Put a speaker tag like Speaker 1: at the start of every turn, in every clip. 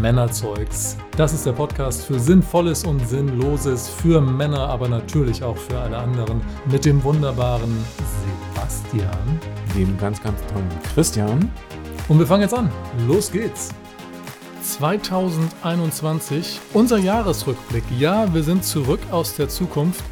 Speaker 1: Männerzeugs. Das ist der Podcast für Sinnvolles und Sinnloses, für Männer, aber natürlich auch für alle anderen, mit dem wunderbaren Sebastian.
Speaker 2: Dem ganz, ganz tollen Christian.
Speaker 1: Und wir fangen jetzt an. Los geht's.
Speaker 3: 2021, unser Jahresrückblick. Ja, wir sind zurück aus der Zukunft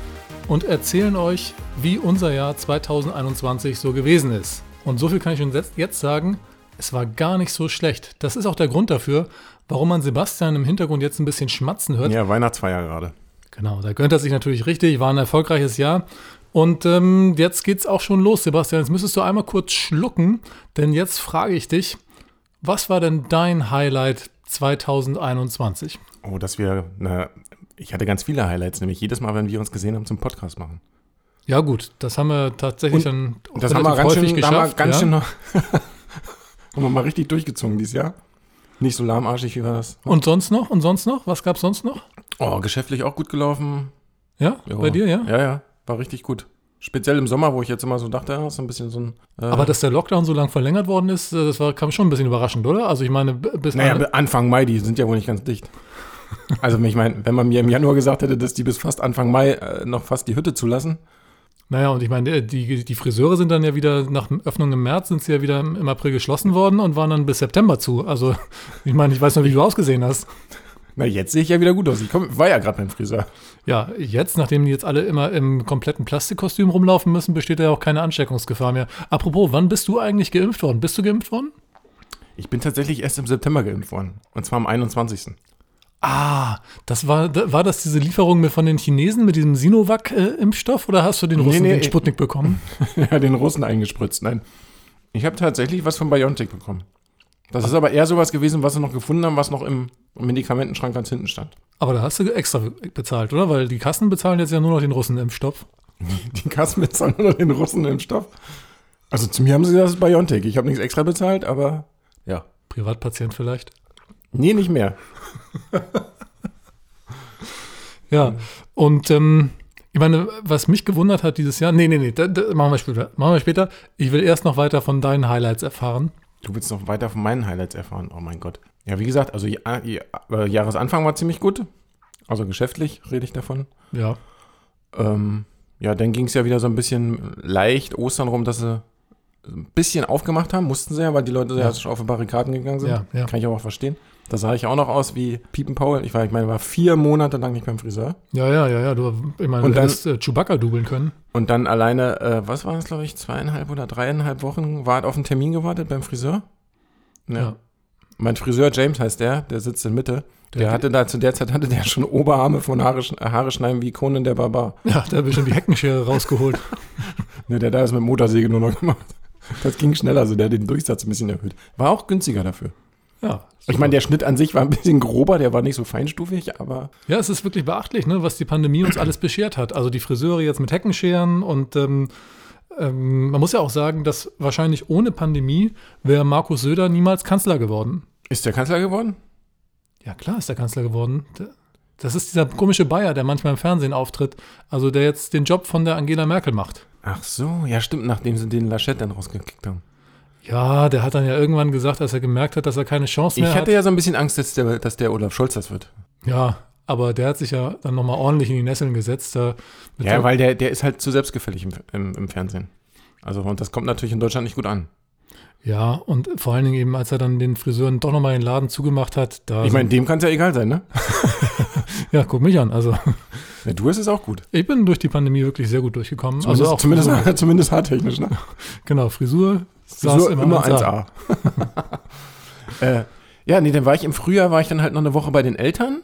Speaker 3: und erzählen euch, wie unser Jahr 2021 so gewesen ist. Und so viel kann ich schon jetzt sagen, es war gar nicht so schlecht. Das ist auch der Grund dafür, warum man Sebastian im Hintergrund jetzt ein bisschen schmatzen hört.
Speaker 2: Ja, Weihnachtsfeier gerade.
Speaker 3: Genau, da gönnt er sich natürlich richtig, war ein erfolgreiches Jahr. Und ähm, jetzt geht's auch schon los, Sebastian. Jetzt müsstest du einmal kurz schlucken, denn jetzt frage ich dich, was war denn dein Highlight 2021?
Speaker 2: Oh, dass wir, na, ich hatte ganz viele Highlights, nämlich jedes Mal, wenn wir uns gesehen haben, zum Podcast machen.
Speaker 3: Ja, gut, das haben wir tatsächlich dann
Speaker 2: Und Oh, das haben wir ganz schön, da haben wir ganz schön noch, haben wir mal richtig durchgezogen dieses Jahr. Nicht so lahmarschig wie wir das.
Speaker 3: Und sonst noch? Und sonst noch? Was gab's sonst noch?
Speaker 2: Oh, geschäftlich auch gut gelaufen.
Speaker 3: Ja,
Speaker 2: Jo.
Speaker 3: bei dir, ja?
Speaker 2: Ja, ja, war richtig gut. Speziell im Sommer, wo ich jetzt immer so dachte, ah, ist so ein bisschen so ein. äh,
Speaker 3: Aber dass der Lockdown so lang verlängert worden ist, äh, das war, kam schon ein bisschen überraschend, oder? Also ich meine, b- bis
Speaker 2: Naja,
Speaker 3: an-
Speaker 2: be- Anfang Mai, die sind ja wohl nicht ganz dicht. Also ich meine, wenn man mir im Januar gesagt hätte, dass die bis fast Anfang Mai äh, noch fast die Hütte zulassen,
Speaker 3: naja, und ich meine, äh, die, die Friseure sind dann ja wieder nach Öffnung im März, sind sie ja wieder im im April geschlossen worden und waren dann bis September zu. Also ich meine, ich weiß noch, wie du ausgesehen hast.
Speaker 2: na jetzt sehe ich ja wieder gut aus. Ich komm, war ja gerade beim Friseur.
Speaker 3: Ja, jetzt, nachdem die jetzt alle immer im kompletten Plastikkostüm rumlaufen müssen, besteht da ja auch keine Ansteckungsgefahr mehr. Apropos, wann bist du eigentlich geimpft worden? Bist du geimpft worden?
Speaker 2: Ich bin tatsächlich erst im September geimpft worden. Und zwar am 21.
Speaker 3: Ah, das war, da- war das diese Lieferung mir von den Chinesen mit diesem Sinovac-Impfstoff oder hast du den Russen
Speaker 2: nee,
Speaker 3: den
Speaker 2: ich-
Speaker 3: Sputnik bekommen?
Speaker 2: ja, den Russen eingespritzt. Nein. Ich habe tatsächlich was von Biontech bekommen. Das ist aber eher sowas gewesen, was sie noch gefunden haben, was noch im Medikamentenschrank ganz hinten stand.
Speaker 3: Aber da hast du extra bezahlt, oder? Weil die Kassen bezahlen jetzt ja nur noch den Russen-Impfstoff.
Speaker 2: Die Kassen bezahlen nur den Russen den Stoff. Also zu mir haben sie das Biontech. Ich habe nichts extra bezahlt, aber ja.
Speaker 3: Privatpatient vielleicht.
Speaker 2: Nee, nicht mehr.
Speaker 3: Ja, und ähm, ich meine, was mich gewundert hat dieses Jahr, nee, nee, nee, da, da, machen wir später. Machen wir später. Ich will erst noch weiter von deinen Highlights erfahren.
Speaker 2: Du willst noch weiter von meinen Highlights erfahren. Oh mein Gott. Ja, wie gesagt, also ja, ja, äh, Jahresanfang war ziemlich gut. Also geschäftlich rede ich davon.
Speaker 3: Ja.
Speaker 2: Ähm, ja, dann ging es ja wieder so ein bisschen leicht Ostern rum, dass sie ein bisschen aufgemacht haben. Mussten sie ja, weil die Leute ja, schon auf die Barrikaden gegangen sind.
Speaker 3: Ja, ja.
Speaker 2: Kann ich aber auch verstehen. Da sah ich auch noch aus wie Piepenpaul. Ich, war, ich meine, war vier Monate lang nicht beim Friseur.
Speaker 3: Ja, ja, ja, ja. Du, ich meine,
Speaker 2: Und
Speaker 3: du
Speaker 2: dann-
Speaker 3: hättest äh, Chewbacca dubeln können.
Speaker 2: Und dann alleine, äh, was war das, glaube ich, zweieinhalb oder dreieinhalb Wochen, war auf einen Termin gewartet beim Friseur.
Speaker 3: Ja.
Speaker 2: Mein Friseur James heißt der, der sitzt in Mitte. Der,
Speaker 3: Der-
Speaker 2: hatte da, zu der Zeit hatte der schon Oberarme von Haare, schn- Haare schneiden wie Conan der Barbar.
Speaker 3: Ja, da hat bestimmt die Heckenschere rausgeholt.
Speaker 2: Ne, der da ist mit Motorsäge nur noch gemacht. Das ging schneller, also der hat den Durchsatz ein bisschen erhöht. War auch günstiger dafür.
Speaker 3: Ja.
Speaker 2: Ich meine, der Schnitt an sich war ein bisschen grober, der war nicht so feinstufig, aber
Speaker 3: Ja, es ist wirklich beachtlich, ne, was die Pandemie uns alles beschert hat. Also die Friseure jetzt mit Heckenscheren und ähm, ähm, man muss ja auch sagen, dass wahrscheinlich ohne Pandemie wäre Markus Söder niemals Kanzler geworden.
Speaker 2: ist der Kanzler geworden?
Speaker 3: Ja, klar ist er Kanzler geworden. D- Das ist dieser komische Bayer, der manchmal im Fernsehen auftritt, also der jetzt den Job von der Angela Merkel macht.
Speaker 2: Ach so, ja stimmt, nachdem sie den Laschet dann rausgekickt haben.
Speaker 3: Ja, der hat dann ja irgendwann gesagt, als er gemerkt hat, dass er keine Chance mehr
Speaker 2: Ich
Speaker 3: hat.
Speaker 2: hatte ja so ein bisschen Angst, dass der, dass der Olaf Scholz das wird.
Speaker 3: Ja, aber der hat sich ja dann nochmal ordentlich in die Nesseln gesetzt. Da mit
Speaker 2: Ja,
Speaker 3: der-
Speaker 2: weil der, der ist halt zu selbstgefällig im, im, im Fernsehen. Also, und das kommt natürlich in Deutschland nicht gut an.
Speaker 3: ja, und vor allen Dingen eben, als er dann den Friseuren doch nochmal den Laden zugemacht hat, da.
Speaker 2: Ich meine, dem kann es ja egal sein, ne?
Speaker 3: ja, guck mich an. Also,
Speaker 2: Ja, du ist es auch gut.
Speaker 3: ich bin durch die Pandemie wirklich sehr gut durchgekommen.
Speaker 2: Also
Speaker 3: also auch
Speaker 2: zumindest, zumindest haartechnisch, ne?
Speaker 3: Genau, Frisur saß
Speaker 2: So
Speaker 3: immer,
Speaker 2: immer
Speaker 3: 1A.
Speaker 2: 1A. äh, ja, nee, dann war ich im Frühjahr, war ich dann halt noch eine Woche bei den Eltern.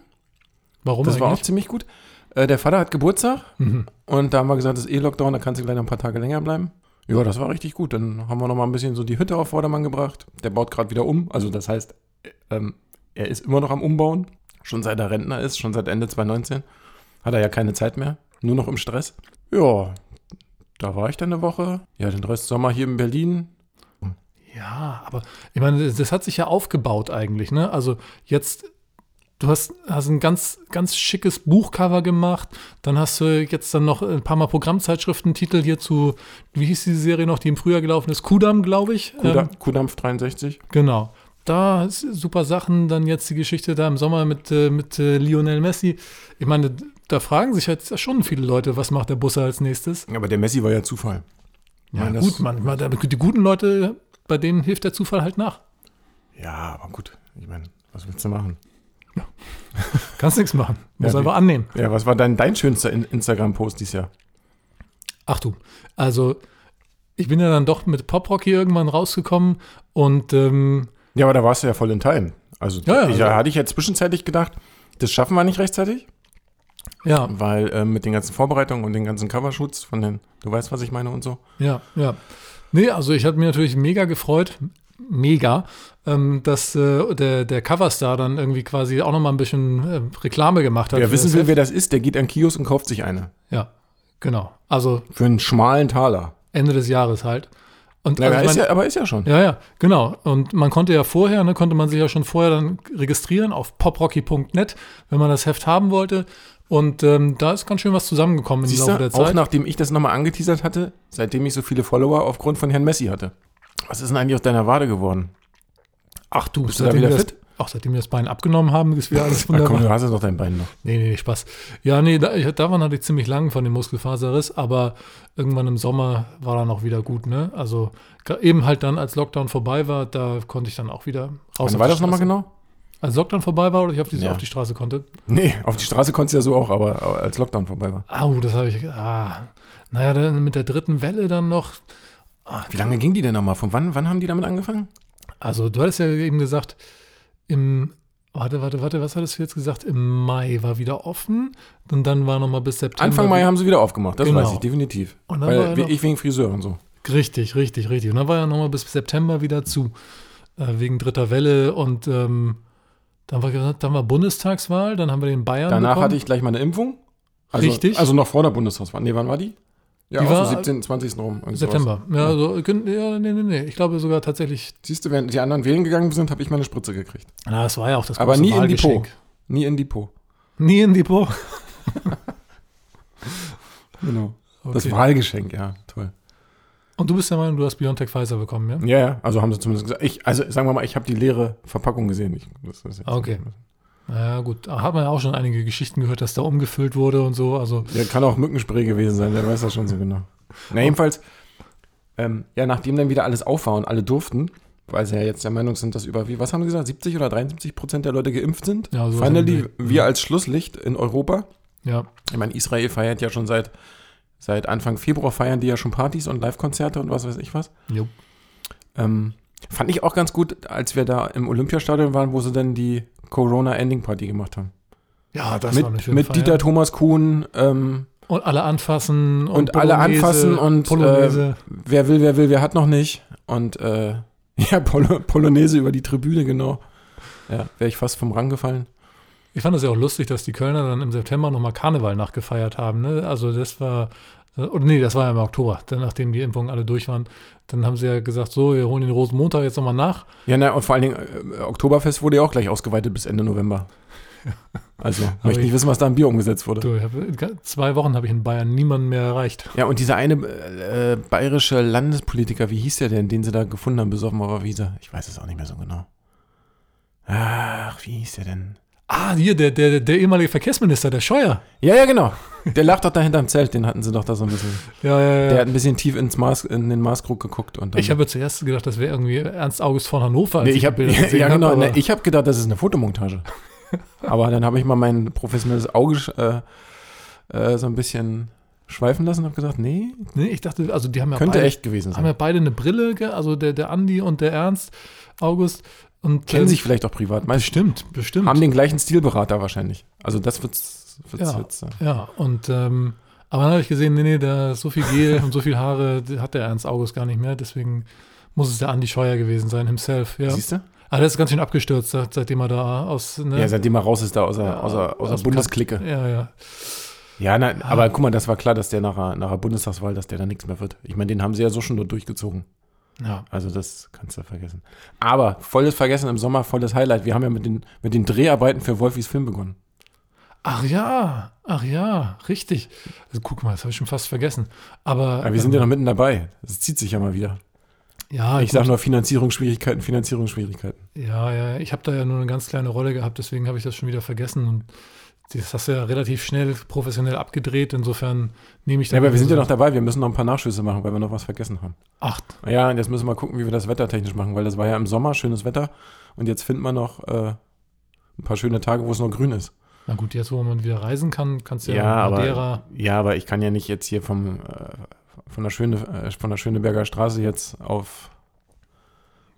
Speaker 3: Warum
Speaker 2: Das war auch
Speaker 3: eigentlich? Mhm.
Speaker 2: ziemlich gut. Äh, der Vater hat Geburtstag und da haben wir gesagt, das ist eh Lockdown, da kannst du gleich noch ein paar Tage länger bleiben. Ja, das war richtig gut. Dann haben wir noch mal ein bisschen so die Hütte auf Vordermann gebracht. Der baut gerade wieder um. Also das heißt, äh, ähm, er ist immer noch am Umbauen. Schon seit er Rentner ist, schon seit Ende 2019. Hat er ja keine Zeit mehr. Nur noch im Stress. Ja, da war ich dann eine Woche. Ja, den Rest Sommer hier in Berlin.
Speaker 3: Ja, aber ich meine, das hat sich ja aufgebaut eigentlich, ne? Also jetzt, du hast, hast ein ganz, ganz schickes Buchcover gemacht, dann hast du jetzt dann noch ein paar Mal Programmzeitschriftentitel hier zu, wie hieß die Serie noch, die im Frühjahr gelaufen ist? Kudam, glaube ich.
Speaker 2: Kuda,
Speaker 3: Ähm,
Speaker 2: Kudampf 63.
Speaker 3: genau. da ist super Sachen, dann jetzt die Geschichte da im Sommer mit, äh, mit äh, Lionel Messi. Ich meine, da fragen sich halt schon viele Leute, was macht der Busse als nächstes?
Speaker 2: Aber der Messi war ja Zufall.
Speaker 3: Ja,
Speaker 2: Nein, das-
Speaker 3: gut, man, man, die guten Leute, bei denen hilft der Zufall halt nach.
Speaker 2: Ja, aber gut. Ich meine, was willst du machen?
Speaker 3: Kannst nichts machen. Muss
Speaker 2: Ja,
Speaker 3: einfach annehmen.
Speaker 2: Ja, was war dein, dein schönster In Instagram-Post dieses Jahr?
Speaker 3: Ach du, also ich bin ja dann doch mit Poprock hier irgendwann rausgekommen und ähm,
Speaker 2: Ja, aber da warst du ja voll in Time. Also,
Speaker 3: Ja, ja,
Speaker 2: ich,
Speaker 3: also-
Speaker 2: hatte ich ja zwischenzeitlich gedacht, das schaffen wir nicht rechtzeitig,
Speaker 3: ja,
Speaker 2: weil ähm, mit den ganzen Vorbereitungen und den ganzen Covershoots von den, du weißt, was ich meine und so.
Speaker 3: ja, ja. Nee, also ich hatte mich natürlich mega gefreut, mega, ähm, dass äh, der, der Coverstar dann irgendwie quasi auch nochmal ein bisschen äh, Reklame gemacht hat.
Speaker 2: Wer
Speaker 3: für
Speaker 2: wissen
Speaker 3: das
Speaker 2: will,
Speaker 3: Heft.
Speaker 2: wer das ist, der geht an den Kiosk und kauft sich eine.
Speaker 3: Ja, genau. Also
Speaker 2: Für einen schmalen Taler.
Speaker 3: Ende des Jahres halt. Und
Speaker 2: Na,
Speaker 3: also
Speaker 2: da
Speaker 3: ich
Speaker 2: ist
Speaker 3: mein-
Speaker 2: ja, aber ist ja schon.
Speaker 3: Ja, ja, genau. Und man konnte ja vorher, ne, konnte man sich ja schon vorher dann registrieren auf poprocky.net, wenn man das Heft haben wollte. Und ähm, da ist ganz schön was zusammengekommen im
Speaker 2: Siehst
Speaker 3: Laufe
Speaker 2: du,
Speaker 3: der
Speaker 2: auch
Speaker 3: Zeit.
Speaker 2: nachdem ich das nochmal angeteasert hatte, seitdem ich so viele Follower aufgrund von Herrn Messi hatte. Was ist denn eigentlich aus deiner Wade geworden?
Speaker 3: Ach du,
Speaker 2: du da wieder
Speaker 3: wir das,
Speaker 2: fit?
Speaker 3: Auch seitdem wir das Bein abgenommen haben, ist wieder alles
Speaker 2: Na komm,
Speaker 3: wunderbar.
Speaker 2: du hast ja noch dein Bein noch.
Speaker 3: nee, nee, nee, Spaß. Ja, nee, da, ich, davon hatte ich ziemlich lang von dem Muskelfaserriss, aber irgendwann im Sommer war dann auch wieder gut, ne? Also gra- eben halt dann, als Lockdown vorbei war, da konnte ich dann auch wieder raus.
Speaker 2: Wann
Speaker 3: auf
Speaker 2: war
Speaker 3: die
Speaker 2: das nochmal
Speaker 3: Straße.
Speaker 2: genau?
Speaker 3: Als Lockdown vorbei war oder ich auf die,
Speaker 2: Ja.
Speaker 3: auf die Straße konnte?
Speaker 2: Nee, auf die Straße konntest du ja so auch, aber aber als Lockdown vorbei war.
Speaker 3: Au, das habe ich. Ah. Naja, dann mit der dritten Welle dann noch.
Speaker 2: Wie lange ging die denn nochmal? Von wann, wann haben die damit angefangen?
Speaker 3: Also, du hattest ja eben gesagt, im. Warte, warte, warte, was hattest du jetzt gesagt? Im Mai war wieder offen. Und dann war nochmal bis September.
Speaker 2: Anfang Mai haben sie wieder aufgemacht, das
Speaker 3: Genau.
Speaker 2: weiß ich, definitiv.
Speaker 3: Und dann war
Speaker 2: Weil,
Speaker 3: ja noch-
Speaker 2: ich wegen Friseur und so.
Speaker 3: Richtig, richtig, richtig. Und dann war ja nochmal bis September wieder zu. Äh, wegen dritter Welle. Und ähm, dann, war, dann war Bundestagswahl. Dann haben wir den Bayern.
Speaker 2: Danach
Speaker 3: bekommen.
Speaker 2: hatte ich gleich meine Impfung. Also,
Speaker 3: Richtig.
Speaker 2: Also noch vor der Bundestagswahl. Nee, wann war die? Ja,
Speaker 3: Die
Speaker 2: auch
Speaker 3: war-
Speaker 2: so 17., 20. rum. irgendwie sowas.
Speaker 3: September. Ja, also, ja, nee, nee, nee. Ich glaube sogar tatsächlich.
Speaker 2: Siehst du, während die anderen wählen gegangen sind, habe ich meine Spritze gekriegt.
Speaker 3: Na, das war ja auch das
Speaker 2: Aber
Speaker 3: große
Speaker 2: nie in die Po.
Speaker 3: Wahlgeschenk.
Speaker 2: Nie in die Po.
Speaker 3: Nie in die Po.
Speaker 2: Genau. Das
Speaker 3: Okay.
Speaker 2: Wahlgeschenk, ja, toll.
Speaker 3: Und du bist der Meinung, du hast BioNTech Pfizer bekommen, ja?
Speaker 2: Ja, ja, also haben sie zumindest gesagt. Ich, also sagen wir mal, ich habe die leere Verpackung gesehen. Ich, das ist jetzt-
Speaker 3: Okay. Ja, gut. Da hat man ja auch schon einige Geschichten gehört, dass da umgefüllt wurde und so. Also,
Speaker 2: Der kann auch Mückenspray gewesen sein, der weiß das schon so genau. Na, jedenfalls, ähm, ja, nachdem dann wieder alles auf war und alle durften, weil sie ja jetzt der Meinung sind, dass über, wie, was haben sie gesagt, 70 oder 73 Prozent der Leute geimpft sind?
Speaker 3: Ja, sowas
Speaker 2: Finally,
Speaker 3: haben
Speaker 2: wir als Schlusslicht in Europa.
Speaker 3: ja.
Speaker 2: Ich meine, Israel feiert ja schon seit, seit Anfang Februar, feiern die ja schon Partys und Live-Konzerte und was weiß ich was.
Speaker 3: Jo.
Speaker 2: Ähm, fand ich auch ganz gut, als wir da im Olympiastadion waren, wo sie dann die Corona-Ending-Party gemacht haben.
Speaker 3: Ja, das
Speaker 2: mit mit Dieter Thomas Kuhn, ähm,
Speaker 3: Und alle anfassen.
Speaker 2: Und alle anfassen und, äh,
Speaker 3: Polonaise.
Speaker 2: Wer will, wer will, wer hat noch nicht. Und äh, ja, Polo Polonaise über die Tribüne, genau. Ja, wäre ich fast vom Rang gefallen.
Speaker 3: ich fand es ja auch lustig, dass die Kölner dann im September nochmal Karneval nachgefeiert haben. Ne? Also, das war. äh, Oder nee, das war ja im Oktober, dann, nachdem die Impfungen alle durch waren. Dann haben sie ja gesagt, so, wir holen den Rosenmontag jetzt nochmal nach.
Speaker 2: Ja, na, und vor allen Dingen, äh, Oktoberfest wurde ja auch gleich ausgeweitet bis Ende November. Also, möchte nicht
Speaker 3: ich-
Speaker 2: wissen, was da im Bier umgesetzt wurde.
Speaker 3: Du, ich hab, äh, zwei Wochen habe ich in Bayern niemanden mehr erreicht.
Speaker 2: Ja, und dieser eine äh, äh, bayerische Landespolitiker, wie hieß der denn, den sie da gefunden haben, besoffen auf der Wiese? Ich weiß es auch nicht mehr so genau. Ach, wie hieß der denn?
Speaker 3: Ah, hier, der, der, der ehemalige Verkehrsminister, der Scheuer.
Speaker 2: Ja, ja, genau. Der lag doch da hinterm Zelt, den hatten sie doch da so ein bisschen.
Speaker 3: Ja, ja, ja.
Speaker 2: Der hat ein bisschen tief ins Mars, in den Marskrug geguckt und dann
Speaker 3: Ich habe zuerst gedacht, das wäre irgendwie Ernst August von Hannover.
Speaker 2: Nee, ich
Speaker 3: die
Speaker 2: habe
Speaker 3: Bilder
Speaker 2: ja,
Speaker 3: gesehen
Speaker 2: ja,
Speaker 3: hab,
Speaker 2: genau,
Speaker 3: aber-
Speaker 2: nee, ich hab gedacht, das ist eine Fotomontage. aber dann habe ich mal mein professionelles Auge sch- äh, äh, so ein bisschen schweifen lassen und habe gesagt, nee,
Speaker 3: nee, ich dachte, also die haben ja,
Speaker 2: könnte
Speaker 3: beide,
Speaker 2: echt gewesen
Speaker 3: haben ja
Speaker 2: sein.
Speaker 3: beide eine Brille, ge- also der, der Andi und der Ernst August. Und,
Speaker 2: Kennen
Speaker 3: ähm,
Speaker 2: sich vielleicht auch privat. Meist,
Speaker 3: Bestimmt, bestimmt.
Speaker 2: haben den gleichen Stilberater wahrscheinlich. Also das wird's, wird's,
Speaker 3: ja,
Speaker 2: wird's äh, sein.
Speaker 3: ja, und ähm, aber dann habe ich gesehen, nee, nee, da ist so viel Gel und so viel Haare die hat der Ernst August gar nicht mehr, deswegen muss es der Andi Scheuer gewesen sein, himself, ja.
Speaker 2: Siehst du?
Speaker 3: Aber der ist ganz schön abgestürzt, seit- seitdem er da aus, ne?
Speaker 2: Ja, seitdem er raus ist da aus der, aus der, aus der
Speaker 3: aus dem
Speaker 2: Bundesklicke.
Speaker 3: ja, ja.
Speaker 2: Ja, nein, aber guck mal, das war klar, dass der nach, der- nach der Bundestagswahl, dass der da nichts mehr wird. Ich meine, den haben sie ja so schon nur durchgezogen.
Speaker 3: ja.
Speaker 2: Also das kannst du vergessen. Aber volles Vergessen im Sommer, volles Highlight. Wir haben ja mit den, mit den Dreharbeiten für Wolfis Film begonnen.
Speaker 3: Ach ja, ach ja, richtig. Also guck mal, das habe ich schon fast vergessen. Aber,
Speaker 2: Aber wir sind ja noch mitten dabei. Das zieht sich ja mal wieder.
Speaker 3: Ja,
Speaker 2: Ich
Speaker 3: gut.
Speaker 2: sage nur Finanzierungsschwierigkeiten, Finanzierungsschwierigkeiten.
Speaker 3: Ja, ja, ich habe da ja nur eine ganz kleine Rolle gehabt, deswegen habe ich das schon wieder vergessen. Und das hast du ja relativ schnell professionell abgedreht. Insofern nehme ich da.
Speaker 2: Ja, aber wir sind ja noch dabei, wir müssen noch ein paar Nachschüsse machen, weil wir noch was vergessen haben.
Speaker 3: Acht.
Speaker 2: Ja, und jetzt müssen wir gucken, wie wir das wettertechnisch machen, weil das war ja im Sommer schönes Wetter und jetzt finden wir noch äh, ein paar schöne Tage, wo es noch grün ist.
Speaker 3: Na gut, jetzt, wo man wieder reisen kann, kannst du ja,
Speaker 2: Ja, aber-
Speaker 3: Madeira.
Speaker 2: Ja, aber ich kann ja nicht jetzt hier vom, äh, von, der Schöne, äh, von der Schöneberger Straße jetzt auf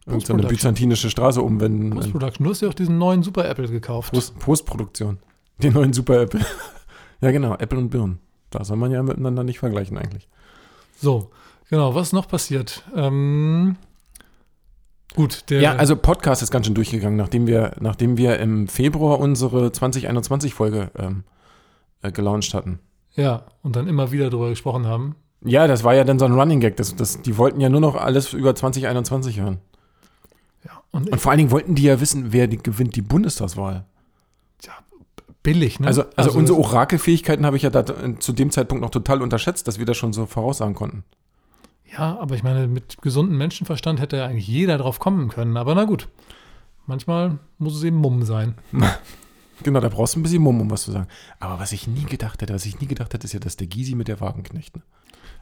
Speaker 2: irgendeine
Speaker 3: Postproduction.
Speaker 2: byzantinische Straße
Speaker 3: Post
Speaker 2: umwenden.
Speaker 3: Production. Du hast ja auch diesen neuen Super Apple gekauft.
Speaker 2: Post Postproduktion. Den neuen Super-Apple. ja, genau, Apple und Birnen. Da soll man ja miteinander nicht vergleichen eigentlich.
Speaker 3: So, genau. Was ist noch passiert? Ähm, gut, der.
Speaker 2: Ja, also Podcast ist ganz schön durchgegangen, nachdem wir, nachdem wir im Februar unsere 2021-Folge ähm, äh, gelauncht hatten.
Speaker 3: ja, und dann immer wieder drüber gesprochen haben.
Speaker 2: Ja, das war ja dann so ein Running Gag. Das, das, die wollten ja nur noch alles über 2021 hören.
Speaker 3: Ja, und,
Speaker 2: Und vor allen Dingen wollten die ja wissen, wer die, gewinnt die Bundestagswahl.
Speaker 3: billig, ne?
Speaker 2: Also, also, unsere
Speaker 3: Hm? das-
Speaker 2: Orakelfähigkeiten habe ich ja da, äh, zu dem Zeitpunkt noch total unterschätzt, dass wir das schon so voraussagen konnten.
Speaker 3: Ja, aber ich meine, mit gesundem Menschenverstand hätte ja eigentlich jeder drauf kommen können. Aber na gut, manchmal muss es eben Mumm sein.
Speaker 2: Genau, da brauchst du ein bisschen Mumm, um was zu sagen. Aber was ich nie gedacht hätte, was ich nie gedacht hätte, ist ja, dass der Gysi mit der Wagenknecht. Ne?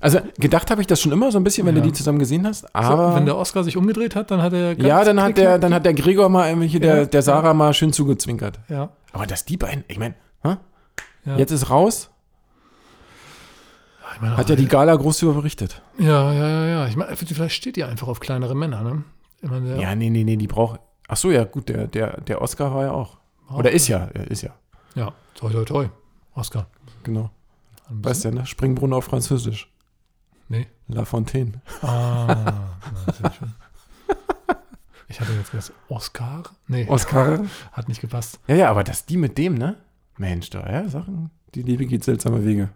Speaker 2: Also gedacht habe ich das schon immer so ein bisschen, wenn
Speaker 3: Ja.
Speaker 2: du die zusammen gesehen hast.
Speaker 3: So,
Speaker 2: Aber
Speaker 3: wenn der Oscar sich umgedreht hat, dann hat er. ganz
Speaker 2: ja, dann hat
Speaker 3: klick-
Speaker 2: der, dann hat der Gregor mal irgendwie hier
Speaker 3: Ja.
Speaker 2: der, der Sarah mal schön zugezwinkert.
Speaker 3: Ja,
Speaker 2: Aber dass die beiden, ich meine, hä?
Speaker 3: Ja.
Speaker 2: jetzt ist raus,
Speaker 3: ich meine,
Speaker 2: hat ja die Gala groß darüber berichtet.
Speaker 3: ja, ja, ja, ja. Ich meine, vielleicht steht ihr einfach auf kleinere Männer, ne? Ich meine, der-
Speaker 2: Ja, nee, nee, nee, die braucht. Ach so, ja, gut, der, der, der Oscar war ja auch.
Speaker 3: Auch-
Speaker 2: Oder ist ja, er ist ja.
Speaker 3: Ja, toi, toi, toi. Oscar.
Speaker 2: Genau.
Speaker 3: Ein
Speaker 2: Weißt ja, ne? Springbrunnen auf Französisch.
Speaker 3: Nee.
Speaker 2: La Fontaine.
Speaker 3: Ah, natürlich schon. Ich hatte jetzt gesagt, Oscar? Nee,
Speaker 2: Oscar?
Speaker 3: hat nicht gepasst.
Speaker 2: ja, ja, aber dass die mit dem, ne? Mensch, da, ja, Sachen. Die Liebe geht seltsame Wege.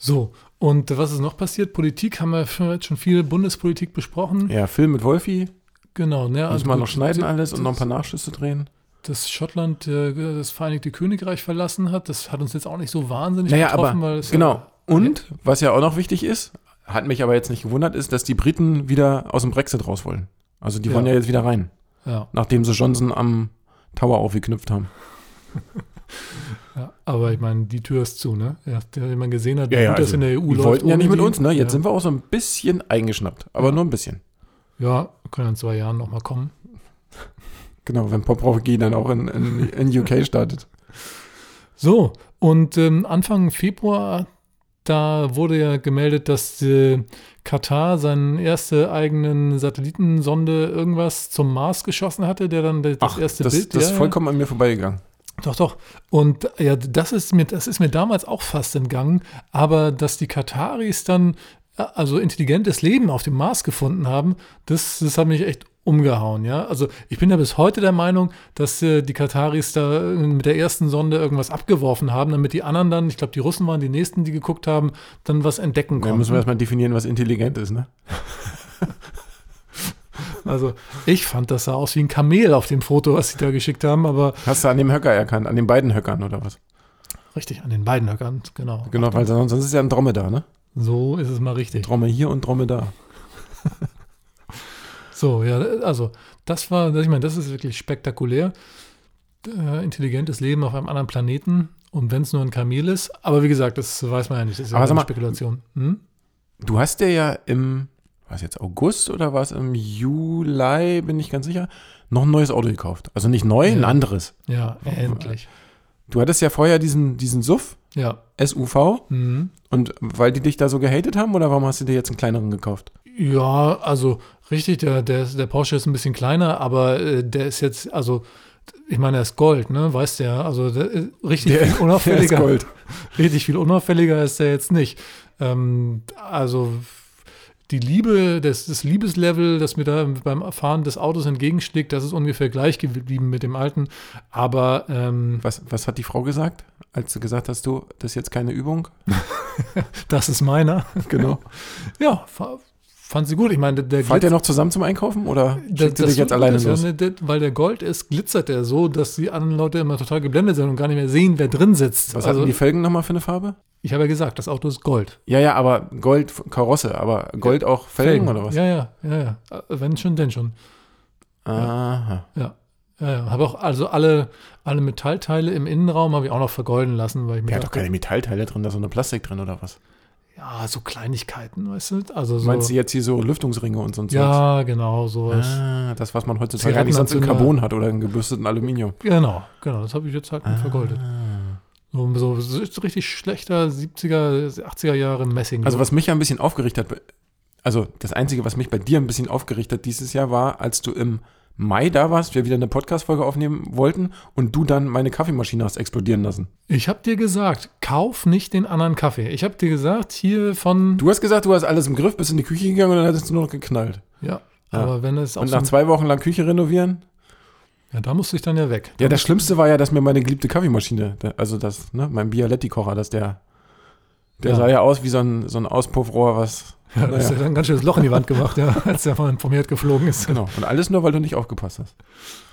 Speaker 3: So, und was ist noch passiert? Politik haben wir jetzt schon viel Bundespolitik besprochen.
Speaker 2: Ja, Film mit Wolfi.
Speaker 3: Genau, ne?
Speaker 2: Muss man
Speaker 3: gut,
Speaker 2: noch schneiden
Speaker 3: d-
Speaker 2: alles und noch ein
Speaker 3: das-
Speaker 2: paar Nachschüsse drehen.
Speaker 3: dass Schottland äh, das Vereinigte Königreich verlassen hat. Das hat uns jetzt auch nicht so wahnsinnig
Speaker 2: Naja, aber.
Speaker 3: getroffen, weil es
Speaker 2: Genau. Und, was ja auch noch wichtig ist, hat mich aber jetzt nicht gewundert, ist, dass die Briten wieder aus dem Brexit raus wollen. Also die
Speaker 3: Ja.
Speaker 2: wollen ja jetzt wieder rein,
Speaker 3: Ja,
Speaker 2: nachdem sie Johnson am Tower aufgeknüpft haben.
Speaker 3: ja, aber ich meine, die Tür ist zu, ne? Ja, der, den man gesehen hat, wie
Speaker 2: Ja, ja,
Speaker 3: gut das
Speaker 2: also
Speaker 3: in der EU
Speaker 2: Die
Speaker 3: läuft.
Speaker 2: wollten ja
Speaker 3: ohne
Speaker 2: nicht mit
Speaker 3: die.
Speaker 2: uns, ne? Jetzt
Speaker 3: ja.
Speaker 2: sind wir auch so ein bisschen eingeschnappt. Aber nur ein bisschen.
Speaker 3: Ja, können in zwei Jahren nochmal kommen.
Speaker 2: Genau, wenn Poprowski dann auch in, in, in UK startet.
Speaker 3: So, und ähm, Anfang Februar, da wurde ja gemeldet, dass äh, Katar seinen erste eigenen Satellitensonde irgendwas zum Mars geschossen hatte, der dann das erste
Speaker 2: das,
Speaker 3: Bild.
Speaker 2: das ist
Speaker 3: ja, ja.
Speaker 2: vollkommen an mir vorbeigegangen.
Speaker 3: Doch, doch. Und ja, das ist mir, das ist mir damals auch fast entgangen, aber dass die Kataris dann äh, also intelligentes Leben auf dem Mars gefunden haben, das, das hat mich echt umgehauen, ja. Also ich bin ja bis heute der Meinung, dass äh, die Kataris da äh, mit der ersten Sonde irgendwas abgeworfen haben, damit die anderen dann, ich glaube, die Russen waren die nächsten, die geguckt haben, dann was entdecken
Speaker 2: Da
Speaker 3: konnten.
Speaker 2: müssen wir erstmal definieren, was intelligent ist, ne?
Speaker 3: also ich fand, das sah aus wie ein Kamel auf dem Foto, was sie da geschickt haben, aber
Speaker 2: Hast du an dem Höcker erkannt, an den beiden Höckern oder was?
Speaker 3: richtig, an den beiden Höckern, genau.
Speaker 2: Genau, weil sonst sonst ist ja ein Dromme da, ne?
Speaker 3: So ist es mal richtig.
Speaker 2: Dromme hier und Dromme da.
Speaker 3: So, ja, also das war, ich meine, das ist wirklich spektakulär. Äh, intelligentes Leben auf einem anderen Planeten und wenn es nur ein Kamel ist. Aber wie gesagt, das weiß man ja nicht. Das ist ja
Speaker 2: Aber sag
Speaker 3: eine
Speaker 2: mal,
Speaker 3: Spekulation. Hm?
Speaker 2: Du hast dir ja im, was jetzt August oder was im Juli, bin ich ganz sicher, noch ein neues Auto gekauft. Also nicht neu, ein
Speaker 3: Ja.
Speaker 2: anderes.
Speaker 3: Ja, endlich.
Speaker 2: Du hattest ja vorher diesen, diesen Suff,
Speaker 3: Ja.
Speaker 2: SUV,
Speaker 3: Mhm.
Speaker 2: und weil die dich da so gehatet haben oder warum hast du dir jetzt einen kleineren gekauft?
Speaker 3: Ja, also richtig, der, der, der Porsche ist ein bisschen kleiner, aber äh, der ist jetzt, also ich meine, er ist Gold, ne? Weißt du ja. Also der, ist richtig
Speaker 2: Der-
Speaker 3: viel
Speaker 2: Der ist
Speaker 3: unauffälliger.
Speaker 2: Gold.
Speaker 3: Richtig viel unauffälliger ist er jetzt nicht. Ähm, also die Liebe, das, das Liebeslevel, das mir da beim Fahren des Autos entgegenschlägt, das ist ungefähr gleich geblieben mit dem alten. Aber ähm,
Speaker 2: Was, was hat die Frau gesagt, als du gesagt hast, du, das ist jetzt keine Übung?
Speaker 3: das ist meiner.
Speaker 2: Genau.
Speaker 3: Ja, fa- fand sie gut. Ich meine, der, der
Speaker 2: Fahrt ihr noch zusammen zum Einkaufen oder
Speaker 3: Da-
Speaker 2: schickt ihr
Speaker 3: das
Speaker 2: dich jetzt
Speaker 3: tut
Speaker 2: alleine
Speaker 3: das ja
Speaker 2: los?
Speaker 3: nicht, das- weil der Gold ist, glitzert er so, dass die anderen Leute immer total geblendet sind und gar nicht mehr sehen, wer drin sitzt.
Speaker 2: Was hatten
Speaker 3: also,
Speaker 2: die Felgen nochmal für eine Farbe?
Speaker 3: Ich habe ja gesagt, das Auto ist Gold.
Speaker 2: Ja, ja, aber Gold, Karosse, aber Gold auch Felgen, oder was?
Speaker 3: Ja, ja, ja, ja. Äh, Wenn schon, denn schon.
Speaker 2: Aha.
Speaker 3: Ja. Ja, ja. Habe auch also alle, alle Metallteile im Innenraum habe ich auch noch vergolden lassen, weil ich mir
Speaker 2: Der hat doch
Speaker 3: dachte,
Speaker 2: keine Metallteile drin, da ist so eine Plastik drin oder was?
Speaker 3: ja, so Kleinigkeiten, weißt du? Also so,
Speaker 2: Meinst du jetzt hier so Lüftungsringe und so ein Zeugs?
Speaker 3: ja, genau, sowas.
Speaker 2: Ah, das, was man heutzutage eigentlich sonst in
Speaker 3: Zigarettenanzünder.
Speaker 2: Carbon hat oder in gebürsteten Aluminium.
Speaker 3: Genau, genau, das habe ich jetzt halt
Speaker 2: Ah.
Speaker 3: mit vergoldet. So, so, so ist richtig schlechter 70er, 80er Jahre Messing.
Speaker 2: Also was mich ja ein bisschen aufgeregt hat, also das Einzige, was mich bei dir ein bisschen aufgeregt hat dieses Jahr war, als du im Mai da warst, wir wieder eine Podcast-Folge aufnehmen wollten und du dann meine Kaffeemaschine hast explodieren lassen.
Speaker 3: ich habe dir gesagt, kauf nicht den anderen Kaffee. Ich habe dir gesagt, hier von
Speaker 2: Du hast gesagt, du hast alles im Griff, bist in die Küche gegangen und dann hattest du nur noch geknallt.
Speaker 3: ja, aber wenn es auch
Speaker 2: Und nach zwei Wochen lang Küche renovieren?
Speaker 3: ja, da musste ich dann ja weg.
Speaker 2: Ja, das Schlimmste war ja, dass mir meine geliebte Kaffeemaschine, da- also das, ne, mein Bialetti-Kocher, dass der, der
Speaker 3: Ja.
Speaker 2: sah ja aus wie so ein, so ein Auspuffrohr, was,
Speaker 3: Ja, das ist ja dann ein ganz schönes Loch in die Wand gemacht, ja, als der von, von mir geflogen ist.
Speaker 2: genau. Und alles nur, weil du nicht aufgepasst hast.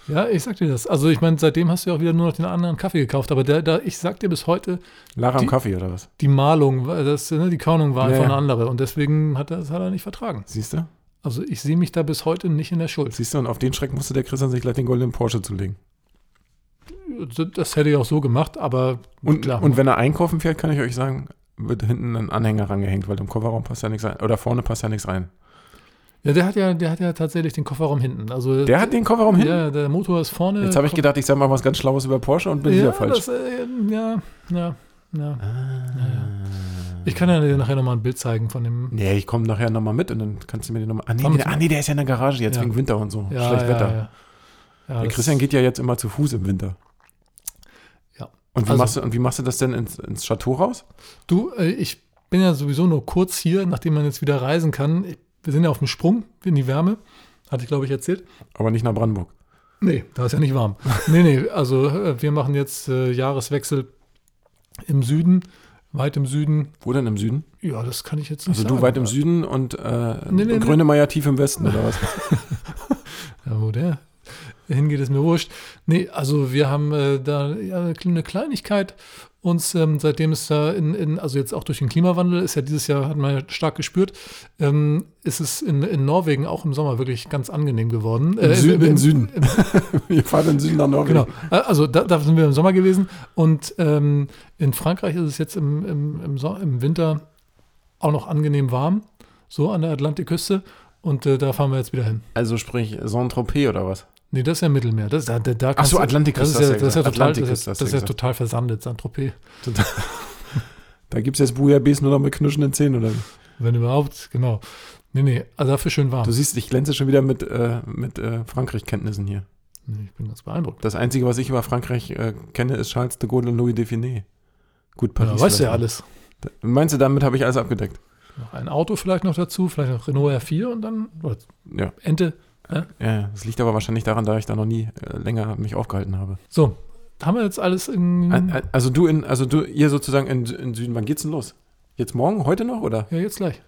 Speaker 3: Ja, ich sag dir das. Also ich meine, seitdem hast du ja auch wieder nur noch den anderen Kaffee gekauft, aber der, da, ich sag dir bis heute,
Speaker 2: Lara
Speaker 3: Die-
Speaker 2: am Kaffee oder was?
Speaker 3: die Malung, war- das, ne, die Kaunung war
Speaker 2: Ja,
Speaker 3: einfach eine
Speaker 2: ja.
Speaker 3: andere und deswegen hat er, das hat er nicht vertragen.
Speaker 2: Siehst du?
Speaker 3: Also ich sehe mich da bis heute nicht in der Schuld.
Speaker 2: Siehst du, und auf den Schreck musste der Christian sich gleich den goldenen Porsche zulegen.
Speaker 3: Das hätte ich auch so gemacht, aber
Speaker 2: Und,
Speaker 3: klar.
Speaker 2: und wenn er einkaufen fährt, kann ich euch sagen, wird hinten ein Anhänger rangehängt, weil im Kofferraum passt ja nichts rein. Oder vorne passt ja nichts rein.
Speaker 3: ja, der hat ja, der hat ja tatsächlich den Kofferraum hinten. Also
Speaker 2: Der hat den Kofferraum hinten?
Speaker 3: Ja, der Motor ist vorne.
Speaker 2: Jetzt habe ich gedacht, ich sage mal was ganz Schlaues über Porsche und bin
Speaker 3: ja,
Speaker 2: wieder falsch. Ah.
Speaker 3: Das, äh, ja, ja, ja. ja, ja. Ich kann ja dir nachher nochmal ein Bild zeigen von dem.
Speaker 2: Nee, ich komme nachher nochmal mit und dann kannst du mir den nochmal. Ah, nee,
Speaker 3: Komm,
Speaker 2: der, ah, nee, der ist ja in der Garage jetzt
Speaker 3: Ja.
Speaker 2: wegen Winter und so.
Speaker 3: Ja,
Speaker 2: Schlecht
Speaker 3: ja,
Speaker 2: Wetter.
Speaker 3: Ja, ja.
Speaker 2: Der
Speaker 3: das-
Speaker 2: Christian geht ja jetzt immer zu Fuß im Winter.
Speaker 3: Ja.
Speaker 2: Und wie,
Speaker 3: Also-
Speaker 2: machst, du, und wie machst du das denn ins, ins Chateau raus?
Speaker 3: Du, äh, ich bin ja sowieso nur kurz hier, nachdem man jetzt wieder reisen kann. Ich, wir sind ja auf dem Sprung in die Wärme. Hatte ich, glaube ich, erzählt.
Speaker 2: Aber nicht nach Brandenburg.
Speaker 3: Nee, da ist ja nicht warm. nee, nee, also äh, wir machen jetzt äh, Jahreswechsel im Süden, weit im Süden.
Speaker 2: Wo denn im Süden?
Speaker 3: Ja, das kann ich jetzt nicht
Speaker 2: Also
Speaker 3: sagen.
Speaker 2: du weit im Süden und äh,
Speaker 3: Nee, nee,
Speaker 2: Grönemeyer tief im Westen oder was?
Speaker 3: Ja, wo der hingeht, ist mir wurscht. Nee, also wir haben äh, da ja, eine Kleinigkeit uns, ähm, seitdem es da in, in, also jetzt auch durch den Klimawandel, ist ja dieses Jahr, hat man ja stark gespürt, ähm, ist es in, in Norwegen auch im Sommer wirklich ganz angenehm geworden. Äh,
Speaker 2: Süden,
Speaker 3: im-
Speaker 2: im Süden. Wir fahren im Süden nach Norwegen.
Speaker 3: Genau, Äh, also da, da sind wir im Sommer gewesen und ähm, in Frankreich ist es jetzt im, im, im, so im Winter auch noch angenehm warm, so an der Atlantikküste und äh, da fahren wir jetzt wieder hin.
Speaker 2: Also sprich Saint-Tropez oder was?
Speaker 3: Nee, das ist ja Mittelmeer. Das, da, da, da kannst
Speaker 2: so,
Speaker 3: du-
Speaker 2: Atlantikküste
Speaker 3: Das ist ja,
Speaker 2: hast du ja
Speaker 3: das ist ja
Speaker 2: gesagt.
Speaker 3: total, das,
Speaker 2: Atlantikküste
Speaker 3: ist-
Speaker 2: hast
Speaker 3: das
Speaker 2: du
Speaker 3: ist ja
Speaker 2: gesagt.
Speaker 3: total versandet, Saint-Tropez.
Speaker 2: Da gibt es jetzt Bouillabaisse nur noch mit knirschenden Zähnen oder wie?
Speaker 3: Wenn überhaupt, genau. Nee, nee, also dafür schön warm.
Speaker 2: Du siehst, ich glänze schon wieder mit, äh, mit äh, Frankreich-Kenntnissen hier.
Speaker 3: nee, ich bin ganz beeindruckt.
Speaker 2: Das Einzige, was ich über Frankreich äh, kenne, ist Charles de Gaulle und Louis Dauphiné. Gut, Paris.
Speaker 3: Ja, weißt du ja
Speaker 2: vielleicht.
Speaker 3: alles.
Speaker 2: Meinst du, damit habe ich alles abgedeckt?
Speaker 3: Noch ein Auto vielleicht noch dazu, vielleicht noch Renault R4 und dann oder
Speaker 2: Ja.
Speaker 3: Ente.
Speaker 2: Ja, ja. das liegt aber wahrscheinlich daran, da ich da noch nie äh, länger mich aufgehalten habe.
Speaker 3: So, haben wir jetzt alles in.
Speaker 2: Ein- ein- Also du in, also du, ihr sozusagen in, in Süden, wann geht's denn los? Jetzt morgen, heute noch oder?
Speaker 3: ja, jetzt gleich.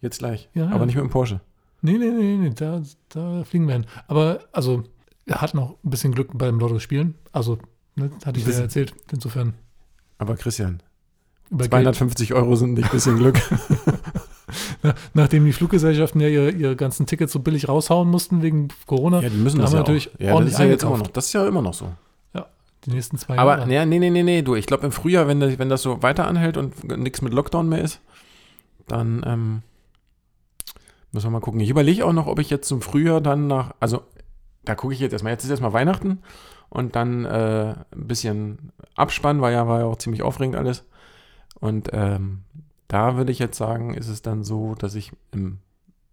Speaker 2: Jetzt gleich.
Speaker 3: Ja, ja.
Speaker 2: aber nicht mit dem Porsche.
Speaker 3: Nee, nee, nee, nee, da, da fliegen wir hin. Aber, also, er hat noch ein bisschen Glück beim Lotto-Spielen. Also, ne, hatte ich dir ja
Speaker 2: Bisschen.
Speaker 3: erzählt. Insofern,
Speaker 2: Aber Christian,
Speaker 3: über Geld,
Speaker 2: 250 Euro sind nicht ein bisschen Glück.
Speaker 3: Na, nachdem die Fluggesellschaften ja ihre, ihre ganzen Tickets so billig raushauen mussten wegen Corona,
Speaker 2: Ja, die müssen
Speaker 3: Da
Speaker 2: das
Speaker 3: haben
Speaker 2: ja
Speaker 3: wir natürlich
Speaker 2: auch. Ja, das
Speaker 3: ordentlich
Speaker 2: ist ja jetzt immer
Speaker 3: eingekauft.
Speaker 2: noch. Das ist ja immer noch so.
Speaker 3: die nächsten zwei
Speaker 2: Aber
Speaker 3: Jahre.
Speaker 2: nee, nee, nee, nee, nee, du, ich glaube im Frühjahr, wenn das, wenn das so weiter anhält und nichts mit Lockdown mehr ist, dann ähm, müssen wir mal gucken. Ich überlege auch noch, ob ich jetzt zum Frühjahr dann nach, also da gucke ich jetzt erstmal, jetzt ist erstmal Weihnachten und dann äh, ein bisschen Abspann, weil ja war ja auch ziemlich aufregend alles. Und ähm, da würde ich jetzt sagen, ist es dann so, dass ich im